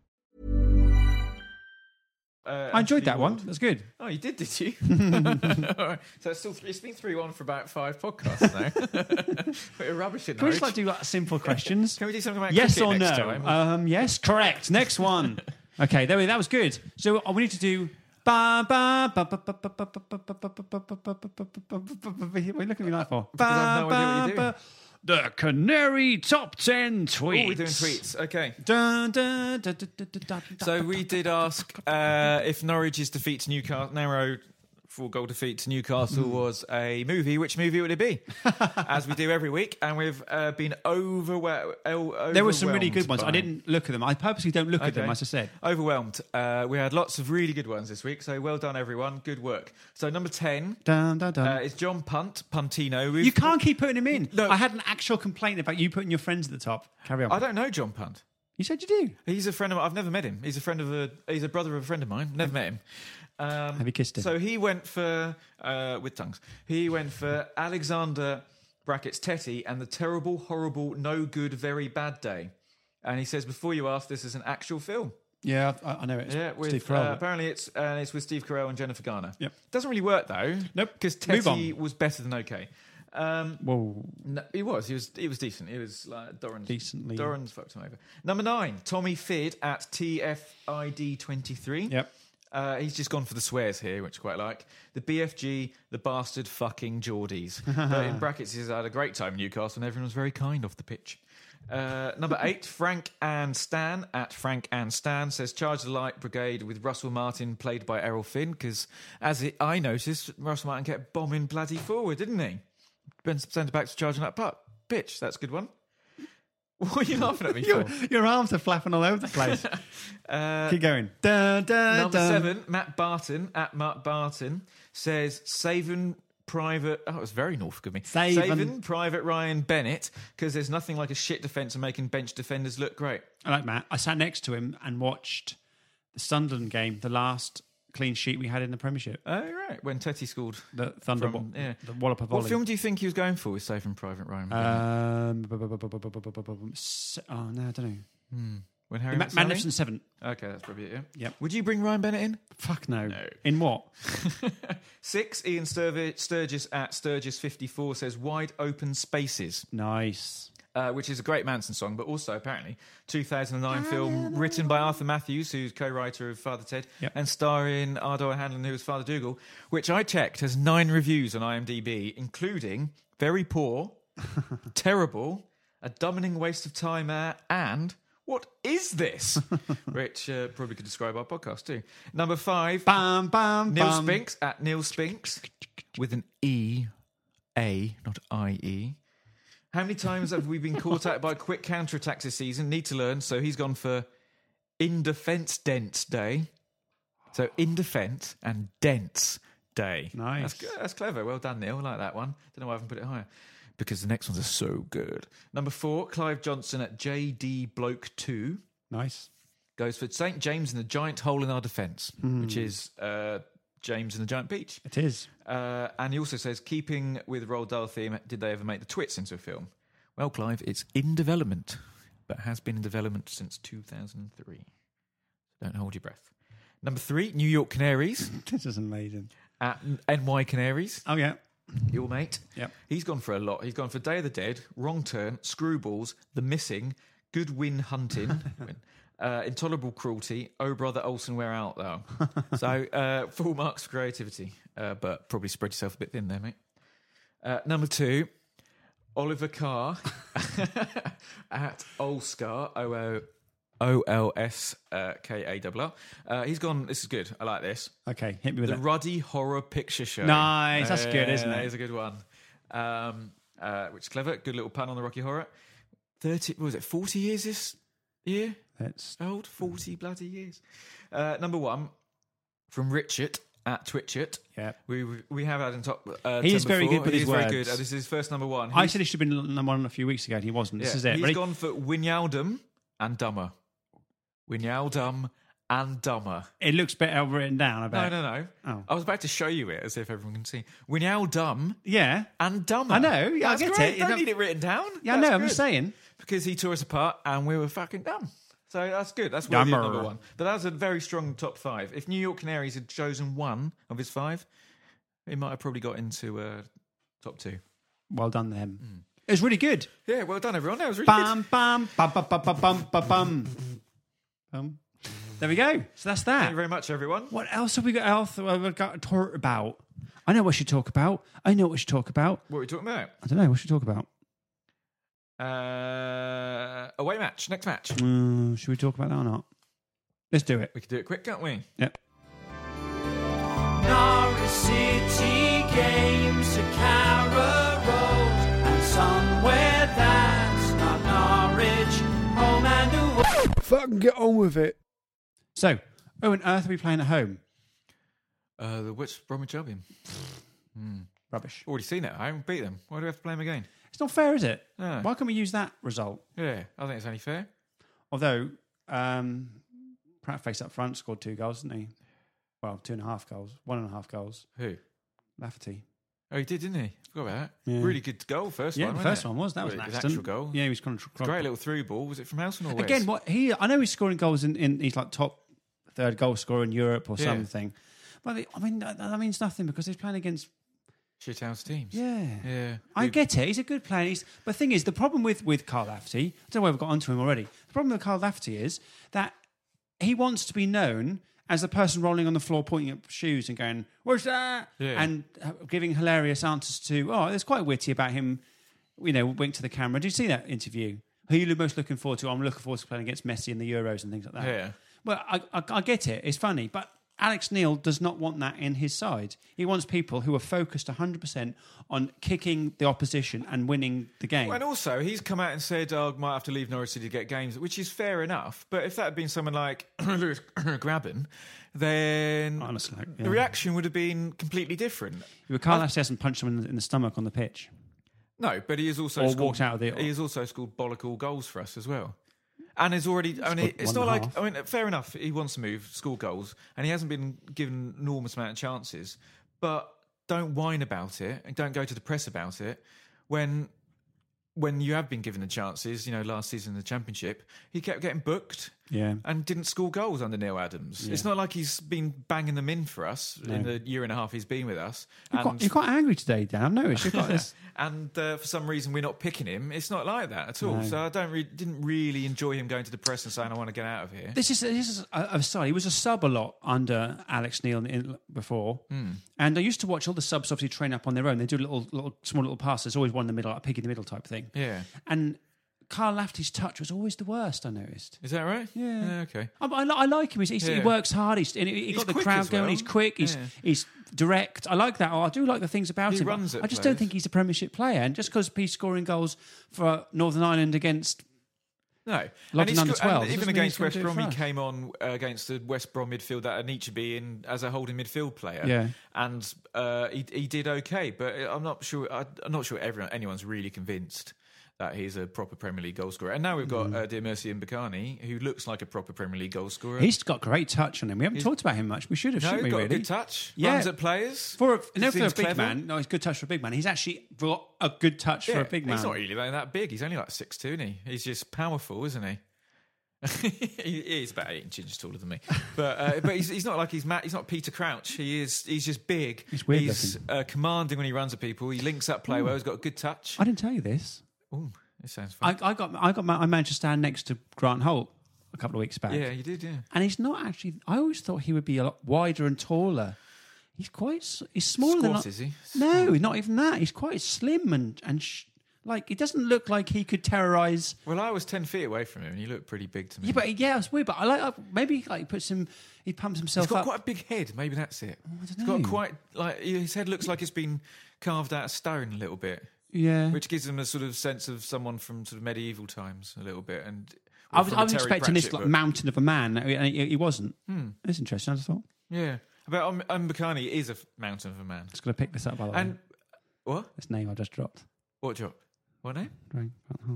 Speaker 2: Uh,
Speaker 1: I enjoyed
Speaker 2: Anthony
Speaker 1: that one.
Speaker 2: Ward.
Speaker 1: That's good.
Speaker 2: Oh, you did, did you? All right. So it's still three, it's been three one for about five podcasts now. We're rubbish in
Speaker 1: Can we
Speaker 2: those.
Speaker 1: just like do like simple questions?
Speaker 2: Can we do something about
Speaker 1: yes or
Speaker 2: cricket
Speaker 1: no?
Speaker 2: next time?
Speaker 1: Um, yes, correct. Next one. okay, there we. That was good. So uh, we need to do. Ba, ba, ba, ba, ba, ba, ba, ba, ba, ba, ba, ba, ba, ba, ba, ba, ba, ba, ba. What are you looking at me like for?
Speaker 2: Because I have no idea what
Speaker 1: Ba,
Speaker 2: you're
Speaker 1: ba, ba. The Canary Top Ten Tweets.
Speaker 2: oh, we're doing tweets. Okay.
Speaker 1: Dun, dun, dun, dun, dun, dun, dun,
Speaker 2: So
Speaker 1: dun,
Speaker 2: we
Speaker 1: dun,
Speaker 2: did
Speaker 1: dun,
Speaker 2: ask uh, if Norwich's defeat to Newcastle, narrow four goal defeat to Newcastle,
Speaker 1: Hmm.
Speaker 2: was a movie. Which movie would it be? As we do every week, and we've uh, been overwhelmed.
Speaker 1: There were some really good ones.
Speaker 2: By,
Speaker 1: I didn't look at them. I purposely don't look at them,
Speaker 2: Okay.
Speaker 1: as I said.
Speaker 2: Overwhelmed. Uh, we had lots of really good ones this week, so well done, everyone. Good work. So, number 10
Speaker 1: Dun, dun, dun.
Speaker 2: uh, is John Punt, Puntino. We've-
Speaker 1: you can't keep putting him in.
Speaker 2: No.
Speaker 1: I had an actual complaint about you putting your friends at the top. Carry on.
Speaker 2: I don't know John Punt.
Speaker 1: you said you do.
Speaker 2: He's a friend of mine. I've never met him. He's a friend of a. He's a brother of a friend of mine. Never met him. Um,
Speaker 1: Have you kissed him?
Speaker 2: So he went for uh, with tongues. He went for Alexander brackets Tetty and the terrible, horrible, no good, very bad day. And he says, before you ask, this is an actual film.
Speaker 1: Yeah, I, I know it. It's
Speaker 2: Yeah, with
Speaker 1: Steve
Speaker 2: Uh,
Speaker 1: Carell.
Speaker 2: apparently it's uh, it's with Steve Carell and Jennifer Garner.
Speaker 1: Yep.
Speaker 2: Doesn't really work though.
Speaker 1: Nope.
Speaker 2: Because
Speaker 1: Move
Speaker 2: Tetty
Speaker 1: on.
Speaker 2: was better than okay. Um,
Speaker 1: Whoa.
Speaker 2: no, he was. He was. He was decent. He was like Doran's.
Speaker 1: Decently.
Speaker 2: Doran's fucked him over. Number nine, Tommy Fid at TFID twenty three.
Speaker 1: Yep.
Speaker 2: Uh, he's just gone for the swears here, which I quite like. The BFG, the bastard fucking Geordies. But in brackets, he says, I had a great time in Newcastle and everyone was very kind off the pitch. Uh, number eight, Frank and Stan at Frank and Stan says, Charge the Light Brigade with Russell Martin played by Errol Finn, because as it, I noticed, Russell Martin kept bombing bloody forward, didn't he? Been centre backs charging that puck. Bitch, that's a good one. What are you laughing at me for?
Speaker 1: Your, your arms are flapping all over the place. Keep going. Dun, dun,
Speaker 2: Uh, Number
Speaker 1: dun.
Speaker 2: seven, Matt Barton at Matt Barton says saving private. Oh, it was very Norfolk of me.
Speaker 1: Savin'.
Speaker 2: Savin' private Ryan Bennett because there's nothing like a shit defense and making bench defenders look great.
Speaker 1: I like Matt. I sat next to him and watched the Sunderland game, the last clean sheet we had in the Premiership.
Speaker 2: Oh right, when Tetty scored.
Speaker 1: The Thunder,
Speaker 2: From- yeah.
Speaker 1: the Wallop of
Speaker 2: What
Speaker 1: volley.
Speaker 2: film do you think he was going for with Saving Private Ryan? Bennett?
Speaker 1: Um, bu- bu- bu- bu- bu- bu- bu- bu- bu- bu- bu- s- oh no, I don't know.
Speaker 2: when Harry
Speaker 1: Ma-
Speaker 2: met Sally?
Speaker 1: Magnificent Seven.
Speaker 2: Okay, that's probably it. Yeah.
Speaker 1: Yep.
Speaker 2: Would you bring Ryan Bennett in?
Speaker 1: Fuck no.
Speaker 2: No.
Speaker 1: In what?
Speaker 2: Six, Ian Sturvi- Sturgis at Sturgis54 says wide open spaces.
Speaker 1: Nice.
Speaker 2: uh, which is a great Manson song, but also apparently 2009 film written by Arthur Matthews, who's co-writer of Father Ted,
Speaker 1: Yep.
Speaker 2: and starring Ardor Hanlon, who was Father Dougal, which I checked has nine reviews on IMDb, including very poor, terrible, a dumbing waste of time, uh, and what is this? which uh, probably could describe our podcast too. Number five,
Speaker 1: Bam, bam,
Speaker 2: Neil
Speaker 1: bam.
Speaker 2: Spinks at Neil Spinks with an E, A, not I E. How many times have we been caught out by quick counter attacks this season? Need to learn. So he's gone for in defense dense day. So in defense and dense day.
Speaker 1: Nice.
Speaker 2: That's, good. that's clever. Well done, Neil. I like that one. Don't know why I haven't put it higher because the next ones are so good. Number four, Clive Johnson at JD Bloke 2.
Speaker 1: Nice.
Speaker 2: goes for St. James and the Giant Hole in Our Defence, which is uh, James and the Giant Peach.
Speaker 1: It is.
Speaker 2: Uh, and he also says, keeping with Roald Dahl theme, did they ever make the Twits into a film? Well, Clive, it's in development, but has been in development since 2003. Don't hold your breath. Number three, New York Canaries
Speaker 1: This is amazing.
Speaker 2: at NY Canaries,
Speaker 1: Oh yeah.
Speaker 2: your mate.
Speaker 1: Yep.
Speaker 2: He's gone for a lot. He's gone for Day of the Dead, Wrong Turn, Screwballs, The Missing, Goodwin Hunting, uh, Intolerable Cruelty, Oh Brother Olsen, Where Art Thou? so uh, full marks for creativity, uh, but probably spread yourself a bit thin there, mate. Uh, number two, Oliver Carr at Olskar, O O O L S uh, K A R R. Uh, He's gone, this is good. I like this.
Speaker 1: Okay, hit me with
Speaker 2: The
Speaker 1: it.
Speaker 2: Ruddy Horror Picture Show.
Speaker 1: Nice, that's good, isn't
Speaker 2: that
Speaker 1: it?
Speaker 2: is a good one. Um, uh, which is clever. Good little pun on the Rocky Horror. Thirty, what was it forty years this year?
Speaker 1: That's
Speaker 2: Old forty bloody years. Uh, number one from Richard at Twitchit.
Speaker 1: Yep.
Speaker 2: we we- we have had in top. Uh,
Speaker 1: He is
Speaker 2: 10
Speaker 1: very
Speaker 2: before.
Speaker 1: good with
Speaker 2: He
Speaker 1: his
Speaker 2: is Very
Speaker 1: words.
Speaker 2: good. Uh, this is his first number one.
Speaker 1: I
Speaker 2: He's-
Speaker 1: said it should have been number one a few weeks ago, and he wasn't. This
Speaker 2: yeah,
Speaker 1: is it.
Speaker 2: He's
Speaker 1: Ready?
Speaker 2: gone for Winyaldum and Dumber. Winyaldum and Dumber.
Speaker 1: It looks better written down. I
Speaker 2: No,
Speaker 1: bet.
Speaker 2: no, no.
Speaker 1: Oh.
Speaker 2: I was about to show you it as if everyone can see. Winyaldum
Speaker 1: Yeah.
Speaker 2: and dumber.
Speaker 1: I know, yeah, I
Speaker 2: That's
Speaker 1: get
Speaker 2: great.
Speaker 1: it. You
Speaker 2: Don't
Speaker 1: don't-
Speaker 2: need it written down.
Speaker 1: Yeah, I
Speaker 2: That's
Speaker 1: know. I'm
Speaker 2: good.
Speaker 1: just saying.
Speaker 2: because he tore us apart and we were fucking dumb. So that's good. That's worthy of
Speaker 1: Dumber.
Speaker 2: number one. But that was a very strong top five. If New York Canaries had chosen one of his five, he might have probably got into uh, top two.
Speaker 1: Well done, them. It was really good.
Speaker 2: Yeah, well done, everyone. That was Hmm. really
Speaker 1: Bam, bam, bam, bam, bam, bam, bam, bam, bam. Bum. There we go. So that's
Speaker 2: good. Thank
Speaker 1: that.
Speaker 2: you very much, everyone.
Speaker 1: What else have we got? Else have we got to talk about? I know what we should talk about. I know what we should talk about.
Speaker 2: What are we talking about?
Speaker 1: I don't know. What should we talk about?
Speaker 2: Uh, away match. Next match.
Speaker 1: Mm, should we talk about that or not? Let's do it.
Speaker 2: We could do it quick, can't we?
Speaker 1: Yep.
Speaker 3: Norwich City games a Carrow Road, and somewhere that's not Norwich, home and away.
Speaker 6: Fucking get on with it.
Speaker 1: So, oh, and Earth are we playing at home?
Speaker 2: Uh, the West Bromwich Albion.
Speaker 1: Rubbish.
Speaker 2: Already seen it. I haven't beat them. Why do we have to play them again?
Speaker 1: It's not fair, is it?
Speaker 2: No.
Speaker 1: Why can't we use that result?
Speaker 2: Yeah, I think it's only fair.
Speaker 1: Although, um, Pratt face up front scored two goals, didn't he? Well, two and a half goals, one and a half goals.
Speaker 2: Who?
Speaker 1: Lafferty.
Speaker 2: Oh, he did, didn't he? Forgot about that.
Speaker 1: Yeah.
Speaker 2: Really good goal, first
Speaker 1: Yeah,
Speaker 2: one.
Speaker 1: the
Speaker 2: wasn't
Speaker 1: first
Speaker 2: it?
Speaker 1: one was that was
Speaker 2: Well,
Speaker 1: an
Speaker 2: it
Speaker 1: accident.
Speaker 2: actual goal.
Speaker 1: Yeah, he was kind of
Speaker 2: Great little through ball. Was it from House or West?
Speaker 1: Again, what he? I know he's scoring goals in, in he's like top third goal scorer in Europe or
Speaker 2: Yeah.
Speaker 1: something. But the- I mean, that, that means nothing because he's playing against.
Speaker 2: Shithouse teams.
Speaker 1: Yeah,
Speaker 2: Yeah.
Speaker 1: I
Speaker 2: We-
Speaker 1: get it. He's a good player. He's, but the thing is, the problem with with Carl Lafferty, I don't know why we've got onto him already. The problem with Carl Lafferty is that he wants to be known as the person rolling on the floor, pointing at shoes and going, "What's that?"
Speaker 2: Yeah.
Speaker 1: and uh, giving hilarious answers to. Oh, it's quite witty about him. You know, wink to the camera. Did you see that interview? Who are you most looking forward to? I'm looking forward to playing against Messi in the Euros and things like that.
Speaker 2: Yeah.
Speaker 1: Well, I, I, I get it. It's funny, but Alex Neil does not want that in his side. He wants people who are focused 100% on kicking the opposition and winning the game.
Speaker 2: And also, he's come out and said, oh, I might have to leave Norwich City to get games, which is fair enough. But if that had been someone like Lewis Graben, then
Speaker 1: Honestly, like, yeah.
Speaker 2: the reaction would have been completely different.
Speaker 1: Carl Lassie hasn't punched him in the, in the stomach on the pitch.
Speaker 2: No, but he is also
Speaker 1: Or
Speaker 2: scored,
Speaker 1: walked out of the-
Speaker 2: He has also scored bollockal goals for us as well, and has already. I mean,
Speaker 1: Scored one
Speaker 2: it's not
Speaker 1: and a
Speaker 2: like
Speaker 1: half.
Speaker 2: I mean, fair enough. He wants to move, score goals, and he hasn't been given enormous amount of chances. But don't whine about it, and don't go to the press about it when. When you have been given the chances, you know, last season in the championship, he kept getting booked
Speaker 1: Yeah.
Speaker 2: and didn't score goals under Neil Adams. It's not like he's been banging them in for us in the year and a half he's been with us.
Speaker 1: You're
Speaker 2: And-
Speaker 1: quite, you're quite angry today, Dan. I've noticed. You've got this.
Speaker 2: and uh, for some reason we're not picking him. It's not like that at all. So I don't re- didn't really enjoy him going to the press and saying I want to get out of here.
Speaker 1: This is this is a, a side. He was a sub a lot under Alex Neil in, before,
Speaker 2: Hmm.
Speaker 1: and I used to watch all the subs obviously train up on their own. They do little little small little passes, always one in the middle, like a pig in the middle type thing.
Speaker 2: Yeah,
Speaker 1: And Carl Lafty's touch was always the worst. I noticed.
Speaker 2: is that right?
Speaker 1: Yeah.
Speaker 2: okay.
Speaker 1: I, I, li- I like him. He's, he's, He
Speaker 2: Yeah.
Speaker 1: works hard. He's, and he, he
Speaker 2: He's
Speaker 1: got the
Speaker 2: quick
Speaker 1: crowd
Speaker 2: as well.
Speaker 1: going. He's quick. He's
Speaker 2: Yeah.
Speaker 1: he's direct. I like that. I do like the things about
Speaker 2: He
Speaker 1: him. but
Speaker 2: runs at
Speaker 1: I just
Speaker 2: players.
Speaker 1: don't think he's a Premiership player. And just because he's scoring goals for Northern Ireland against
Speaker 2: No,
Speaker 1: London
Speaker 2: he's
Speaker 1: under
Speaker 2: got- and
Speaker 1: 12s, doesn't
Speaker 2: Even
Speaker 1: mean he's
Speaker 2: against
Speaker 1: gonna
Speaker 2: West
Speaker 1: do it
Speaker 2: Brom,
Speaker 1: for
Speaker 2: he
Speaker 1: us.
Speaker 2: came on uh, against the West Brom midfield that Anichebe in as a holding midfield player.
Speaker 1: Yeah.
Speaker 2: and uh, he he did okay, but I'm not sure. I, I'm not sure everyone anyone's really convinced that he's a proper Premier League goal scorer. And now we've got
Speaker 1: Mm.
Speaker 2: uh, Dear Mercy and Bacani, who looks like a proper Premier League goal scorer.
Speaker 1: He's got great touch on him. We haven't talked about him much. We should have,
Speaker 2: no,
Speaker 1: shouldn't we?
Speaker 2: got a
Speaker 1: really?
Speaker 2: good touch.
Speaker 1: Yeah.
Speaker 2: Runs at players.
Speaker 1: For a, no, for a
Speaker 2: Seems
Speaker 1: big
Speaker 2: clever.
Speaker 1: man. No, he's good touch for a big man. He's actually got a good touch for
Speaker 2: Yeah,
Speaker 1: a big man.
Speaker 2: He's not really like that big. He's only like six two, isn't he? He's just powerful, isn't he? he he's about eight inches taller than me, but uh, but he's, he's not like he's Matt. He's not Peter Crouch. He is. He's just big.
Speaker 1: He's weird
Speaker 2: He's uh, commanding when he runs at people. He links up play well. He's got a good touch.
Speaker 1: I didn't tell you this.
Speaker 2: Ooh, it sounds fun.
Speaker 1: I, I got I got my, I managed to stand next to Grant Holt a couple of weeks back.
Speaker 2: yeah, you did. Yeah,
Speaker 1: and he's not actually. I always thought he would be a lot wider and taller. He's quite. s- He's smaller than.
Speaker 2: Squat,
Speaker 1: I-
Speaker 2: is he?
Speaker 1: No, not even that. He's quite slim and and sh- like he doesn't look like he could terrorize.
Speaker 2: Well, I was ten feet away from him, and he looked pretty big to me.
Speaker 1: Yeah, but yeah, it's weird. But I like maybe like he puts him. He pumps himself
Speaker 2: he's got
Speaker 1: up. Oh,
Speaker 2: quite a big head. Maybe that's it.
Speaker 1: don't
Speaker 2: He's got
Speaker 1: know.
Speaker 2: quite like his head looks like it's been carved out of stone a little bit.
Speaker 1: yeah.
Speaker 2: which gives them a sort of sense of someone from sort of medieval times a little bit. And
Speaker 1: I was,
Speaker 2: from a
Speaker 1: I was
Speaker 2: Terry
Speaker 1: expecting this
Speaker 2: Pratchett
Speaker 1: like
Speaker 2: book.
Speaker 1: mountain of a man, and he, he wasn't.
Speaker 2: Hmm.
Speaker 1: It's interesting. I just thought
Speaker 2: yeah, about um, Umbakani is a f- mountain of a man.
Speaker 1: just going to pick this up by the way.
Speaker 2: And what?
Speaker 1: This name I just dropped.
Speaker 2: What job? What name?
Speaker 1: Right.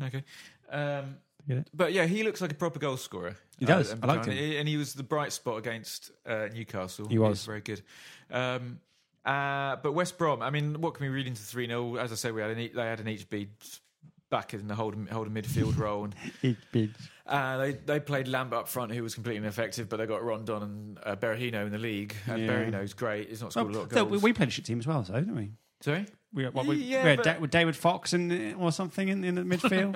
Speaker 2: Okay. Um,
Speaker 1: Get it?
Speaker 2: but yeah, he looks like a proper goal scorer.
Speaker 1: He does.
Speaker 2: Mbakani.
Speaker 1: I liked him.
Speaker 2: He- And he was the bright spot against uh, Newcastle. He
Speaker 1: was.
Speaker 2: very good. Um, uh, but West Brom, I mean, what can we read into 3 0? As I say, we had an, e- they had an HB back in the holding, holding midfield role. And Uh, they they played Lambert up front, who was completely ineffective, but they got Rondon and uh, Berahino in the league, and
Speaker 1: Yeah.
Speaker 2: Berahino's great. He's not
Speaker 1: Oh,
Speaker 2: scored a lot of
Speaker 1: so
Speaker 2: goals.
Speaker 1: we, we played a shit team as well, so didn't we?
Speaker 2: Sorry,
Speaker 1: We, what, we,
Speaker 2: Yeah,
Speaker 1: we had
Speaker 2: but-
Speaker 1: Da- with David Fox in, or something in, in the midfield.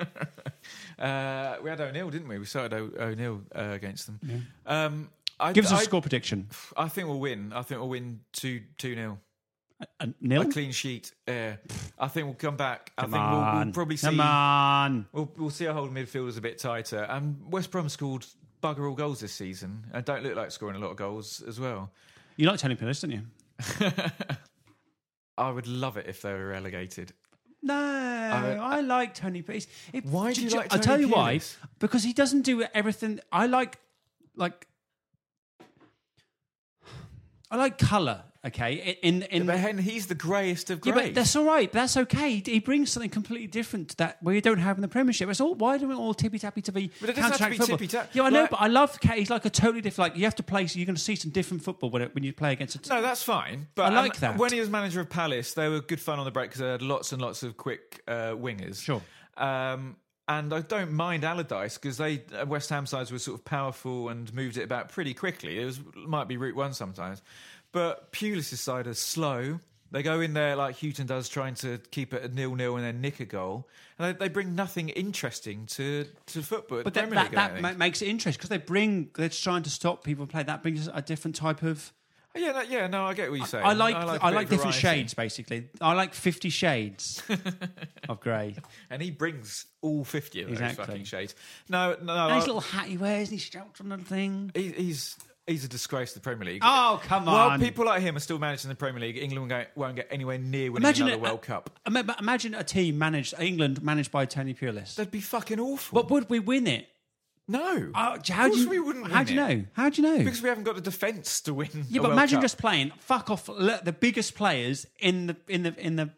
Speaker 2: uh, we had O'Neill, didn't we? We started o- O'Neill uh, against them. Um, I,
Speaker 1: Give us a
Speaker 2: I-
Speaker 1: score prediction.
Speaker 2: I think we'll win. I think we'll win two two nil.
Speaker 1: A nil.
Speaker 2: A clean sheet. Yeah. I think we'll come back. I
Speaker 1: Come
Speaker 2: think we'll,
Speaker 1: on.
Speaker 2: we'll probably see.
Speaker 1: Come on.
Speaker 2: We'll, we'll see our whole midfielders a bit tighter. And West Brom scored bugger all goals this season, and don't look like scoring a lot of goals as well.
Speaker 1: You like Tony Pulis, don't you?
Speaker 2: I would love it if they were relegated.
Speaker 1: No, I, like Tony Pulis. It-
Speaker 2: Why do you like
Speaker 1: I'll tell
Speaker 2: Tony
Speaker 1: you why.
Speaker 2: Pulis?
Speaker 1: Because he doesn't do everything. I like, like, I like colour. Okay, in in,
Speaker 2: But then he's the greyest of
Speaker 1: Yeah,
Speaker 2: greys.
Speaker 1: but that's all right. That's okay. He brings something completely different to that we don't have in the Premiership. It's all. Why do we all tippy tappy to be?
Speaker 2: But it doesn't have to
Speaker 1: counter-attack
Speaker 2: be
Speaker 1: football?
Speaker 2: tippy-tap.
Speaker 1: Yeah, I know,
Speaker 2: Like-
Speaker 1: but I love. Ca- He's like a totally different. Like you have to play. So you're going to see some different football when, it, when you play against a. T-
Speaker 2: no, that's fine. But um,
Speaker 1: I like that.
Speaker 2: When he was manager of Palace, they were good fun on the break because they had lots and lots of quick uh, wingers.
Speaker 1: Sure.
Speaker 2: Um, and I don't mind Allardyce because they uh, West Ham sides were sort of powerful and moved it about pretty quickly. It was might be route one sometimes, but Pulis' side are slow. They go in there like Houghton does, trying to keep it a nil nil and then nick a goal, and they, they bring nothing interesting to to football. at
Speaker 1: but
Speaker 2: the
Speaker 1: that
Speaker 2: Premier
Speaker 1: that,
Speaker 2: League, I
Speaker 1: that
Speaker 2: think.
Speaker 1: ma- makes it interesting because they bring. They're trying to stop people playing. That brings a different type of.
Speaker 2: yeah, no, yeah, no, I get what you're saying.
Speaker 1: I like. I like,
Speaker 2: a bit of
Speaker 1: different
Speaker 2: variety.
Speaker 1: shades. Basically, I like Fifty Shades of grey.
Speaker 2: And he brings all 50 of those
Speaker 1: Exactly.
Speaker 2: fucking shades. No, no,
Speaker 1: And
Speaker 2: I-
Speaker 1: his little hat he wears, and he shouts on the thing.
Speaker 2: he, he's, he's a disgrace to the Premier League.
Speaker 1: Oh come on!
Speaker 2: While people like him are still managing the Premier League, England won't, won't get anywhere near winning
Speaker 1: Imagine
Speaker 2: another
Speaker 1: a-
Speaker 2: World Cup.
Speaker 1: Ima- Imagine a team managed England managed by Tony Pulis.
Speaker 2: That'd be fucking awful.
Speaker 1: But would we win it?
Speaker 2: no.
Speaker 1: Uh,
Speaker 2: Of
Speaker 1: how do
Speaker 2: course
Speaker 1: you,
Speaker 2: we wouldn't
Speaker 1: How
Speaker 2: win
Speaker 1: do you
Speaker 2: it.
Speaker 1: know? How do you know?
Speaker 2: Because we haven't got a defence to win.
Speaker 1: yeah,
Speaker 2: a
Speaker 1: but
Speaker 2: World
Speaker 1: imagine
Speaker 2: Cup.
Speaker 1: just playing fuck off le- the biggest players in the in the in the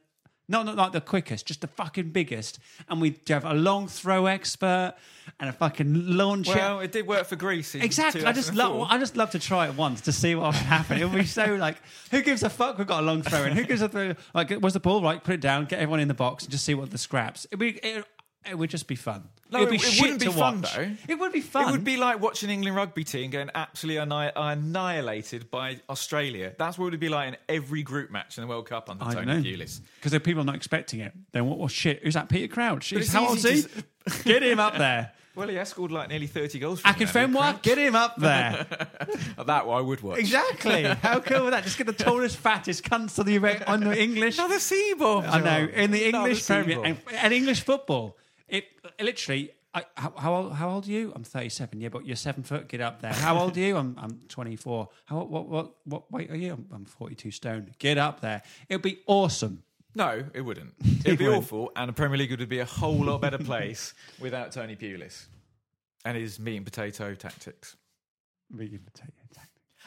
Speaker 1: not not like the quickest, just the fucking biggest, and we have a long throw expert and a fucking launch.
Speaker 2: Well, it did work for Greece. in
Speaker 1: Exactly. I just love.
Speaker 2: 2004.
Speaker 1: I just love to try it once to see what would happen. It would be so like, who gives a fuck? We've got a long throw in. Who gives a throw? Like, was the ball right? Put it down. Get everyone in the box and just see what the scraps. It would. It, it would just be fun.
Speaker 2: No,
Speaker 1: it would be
Speaker 2: it- it
Speaker 1: shit
Speaker 2: wouldn't
Speaker 1: to
Speaker 2: be fun,
Speaker 1: watch.
Speaker 2: though.
Speaker 1: It would be fun.
Speaker 2: It would be like watching England rugby team getting absolutely anni- annihilated by Australia. That's what it would be like in every group match in the World Cup under
Speaker 1: I don't know.
Speaker 2: Tony Pulis.
Speaker 1: Because if people are not expecting it, then what? Well, shit. Who's that? Peter Crouch. He's-
Speaker 2: it's
Speaker 1: how old
Speaker 2: easy
Speaker 1: is
Speaker 2: to
Speaker 1: he? Get him up there.
Speaker 2: Well, he has scored like nearly 30 goals. for
Speaker 1: I can
Speaker 2: England,
Speaker 1: friend
Speaker 2: hasn't
Speaker 1: what? Get him up there.
Speaker 2: he, Crouch? That one I would watch.
Speaker 1: exactly. How cool would that? Just get the tallest, fattest cunts on the on the English.
Speaker 2: Another sea bomb.
Speaker 1: I know in the
Speaker 2: Another
Speaker 1: English
Speaker 2: sea
Speaker 1: Premier
Speaker 2: bomb.
Speaker 1: and, and English football. It literally. I, how, how old? How old are you? I'm 37. Yeah, but you're seven foot. Get up there. How old are you? I'm I'm 24. How what what what weight are you? I'm, I'm 42 stone. Get up there. It'd be awesome.
Speaker 2: No, it wouldn't. It'd be
Speaker 1: wouldn't.
Speaker 2: awful, and the Premier League would be a whole lot better place without Tony Pulis and his meat and potato tactics.
Speaker 1: Vegan potato.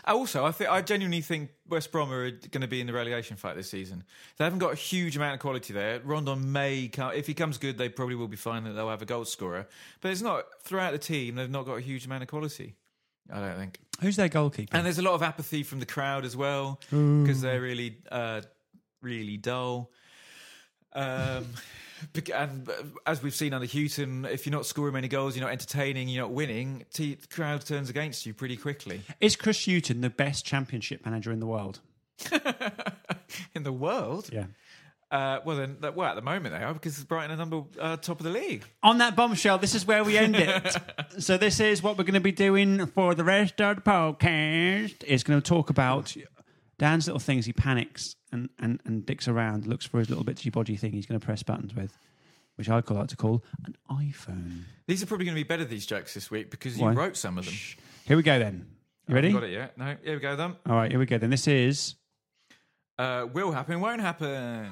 Speaker 2: Also, I think I genuinely think West Brom are going to be in the relegation fight this season. They haven't got a huge amount of quality there. Rondon may come if he comes good, they probably will be fine and they'll have a goal scorer. But it's not throughout the team. They've not got a huge amount of quality. I don't think.
Speaker 1: Who's their goalkeeper?
Speaker 2: And there's a lot of apathy from the crowd as well
Speaker 1: Mm.
Speaker 2: because they're really, uh, really dull. Um, bec- and uh, as we've seen under Houghton, if you're not scoring many goals, you're not entertaining, you're not winning. T- the crowd turns against you pretty quickly
Speaker 1: Is Chris Hutton the best championship manager in the world?
Speaker 2: in the world.
Speaker 1: Yeah.
Speaker 2: Uh, well, then, that- well, at the moment they are because Brighton are number uh, top of the league.
Speaker 1: On that bombshell, this is where we end it. so this is what we're going to be doing for the rest of the podcast. It's going to talk about Dan's little things. He panics and, and, and dicks around, looks for his little bitsy bodgy thing he's going to press buttons with, which I call out to call an iPhone.
Speaker 2: These are probably going to be better these jokes this week because
Speaker 1: Why?
Speaker 2: you wrote some of them.
Speaker 1: Here we go then. You ready?
Speaker 2: Got it yet? No. Here we go. Then
Speaker 1: All right, here we go then. This is
Speaker 2: uh, will happen, won't happen.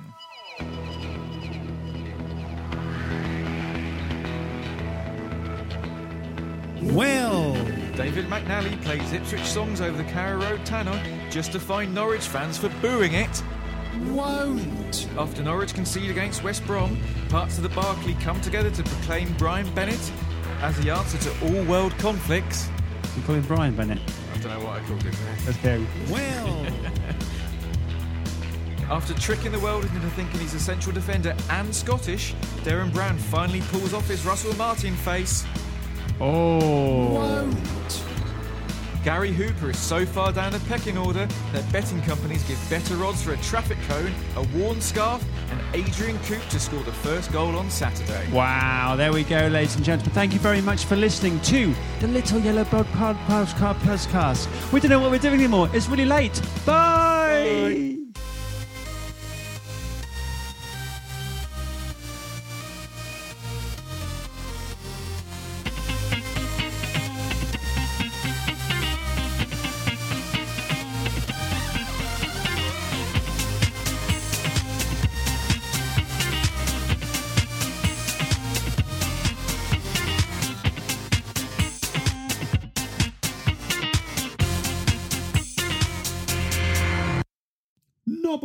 Speaker 1: Will.
Speaker 2: David McNally plays Ipswich songs over the Carrow Road Tannoy just to find Norwich fans for booing it. Won't! After Norwich concede against West Brom, parts of the Barclay come together to proclaim Brian Bennett as the answer to all world conflicts.
Speaker 1: I'm calling Brian Bennett.
Speaker 2: I don't know what I called him.
Speaker 1: Let's go. Will.
Speaker 2: After tricking the world into thinking he's a central defender and Scottish, Darren Brown finally pulls off his Russell Martin face.
Speaker 1: Oh.
Speaker 2: Gary Hooper is so far down the pecking order that betting companies give better odds for a traffic cone, a worn scarf, and Adrian Coop to score the first goal on Saturday.
Speaker 1: Wow, there we go, ladies and gentlemen. Thank you very much for listening to the Little Yellow Bird Pod Podcast Podcast. We don't know what we're doing anymore. It's really late. Bye.
Speaker 7: Knob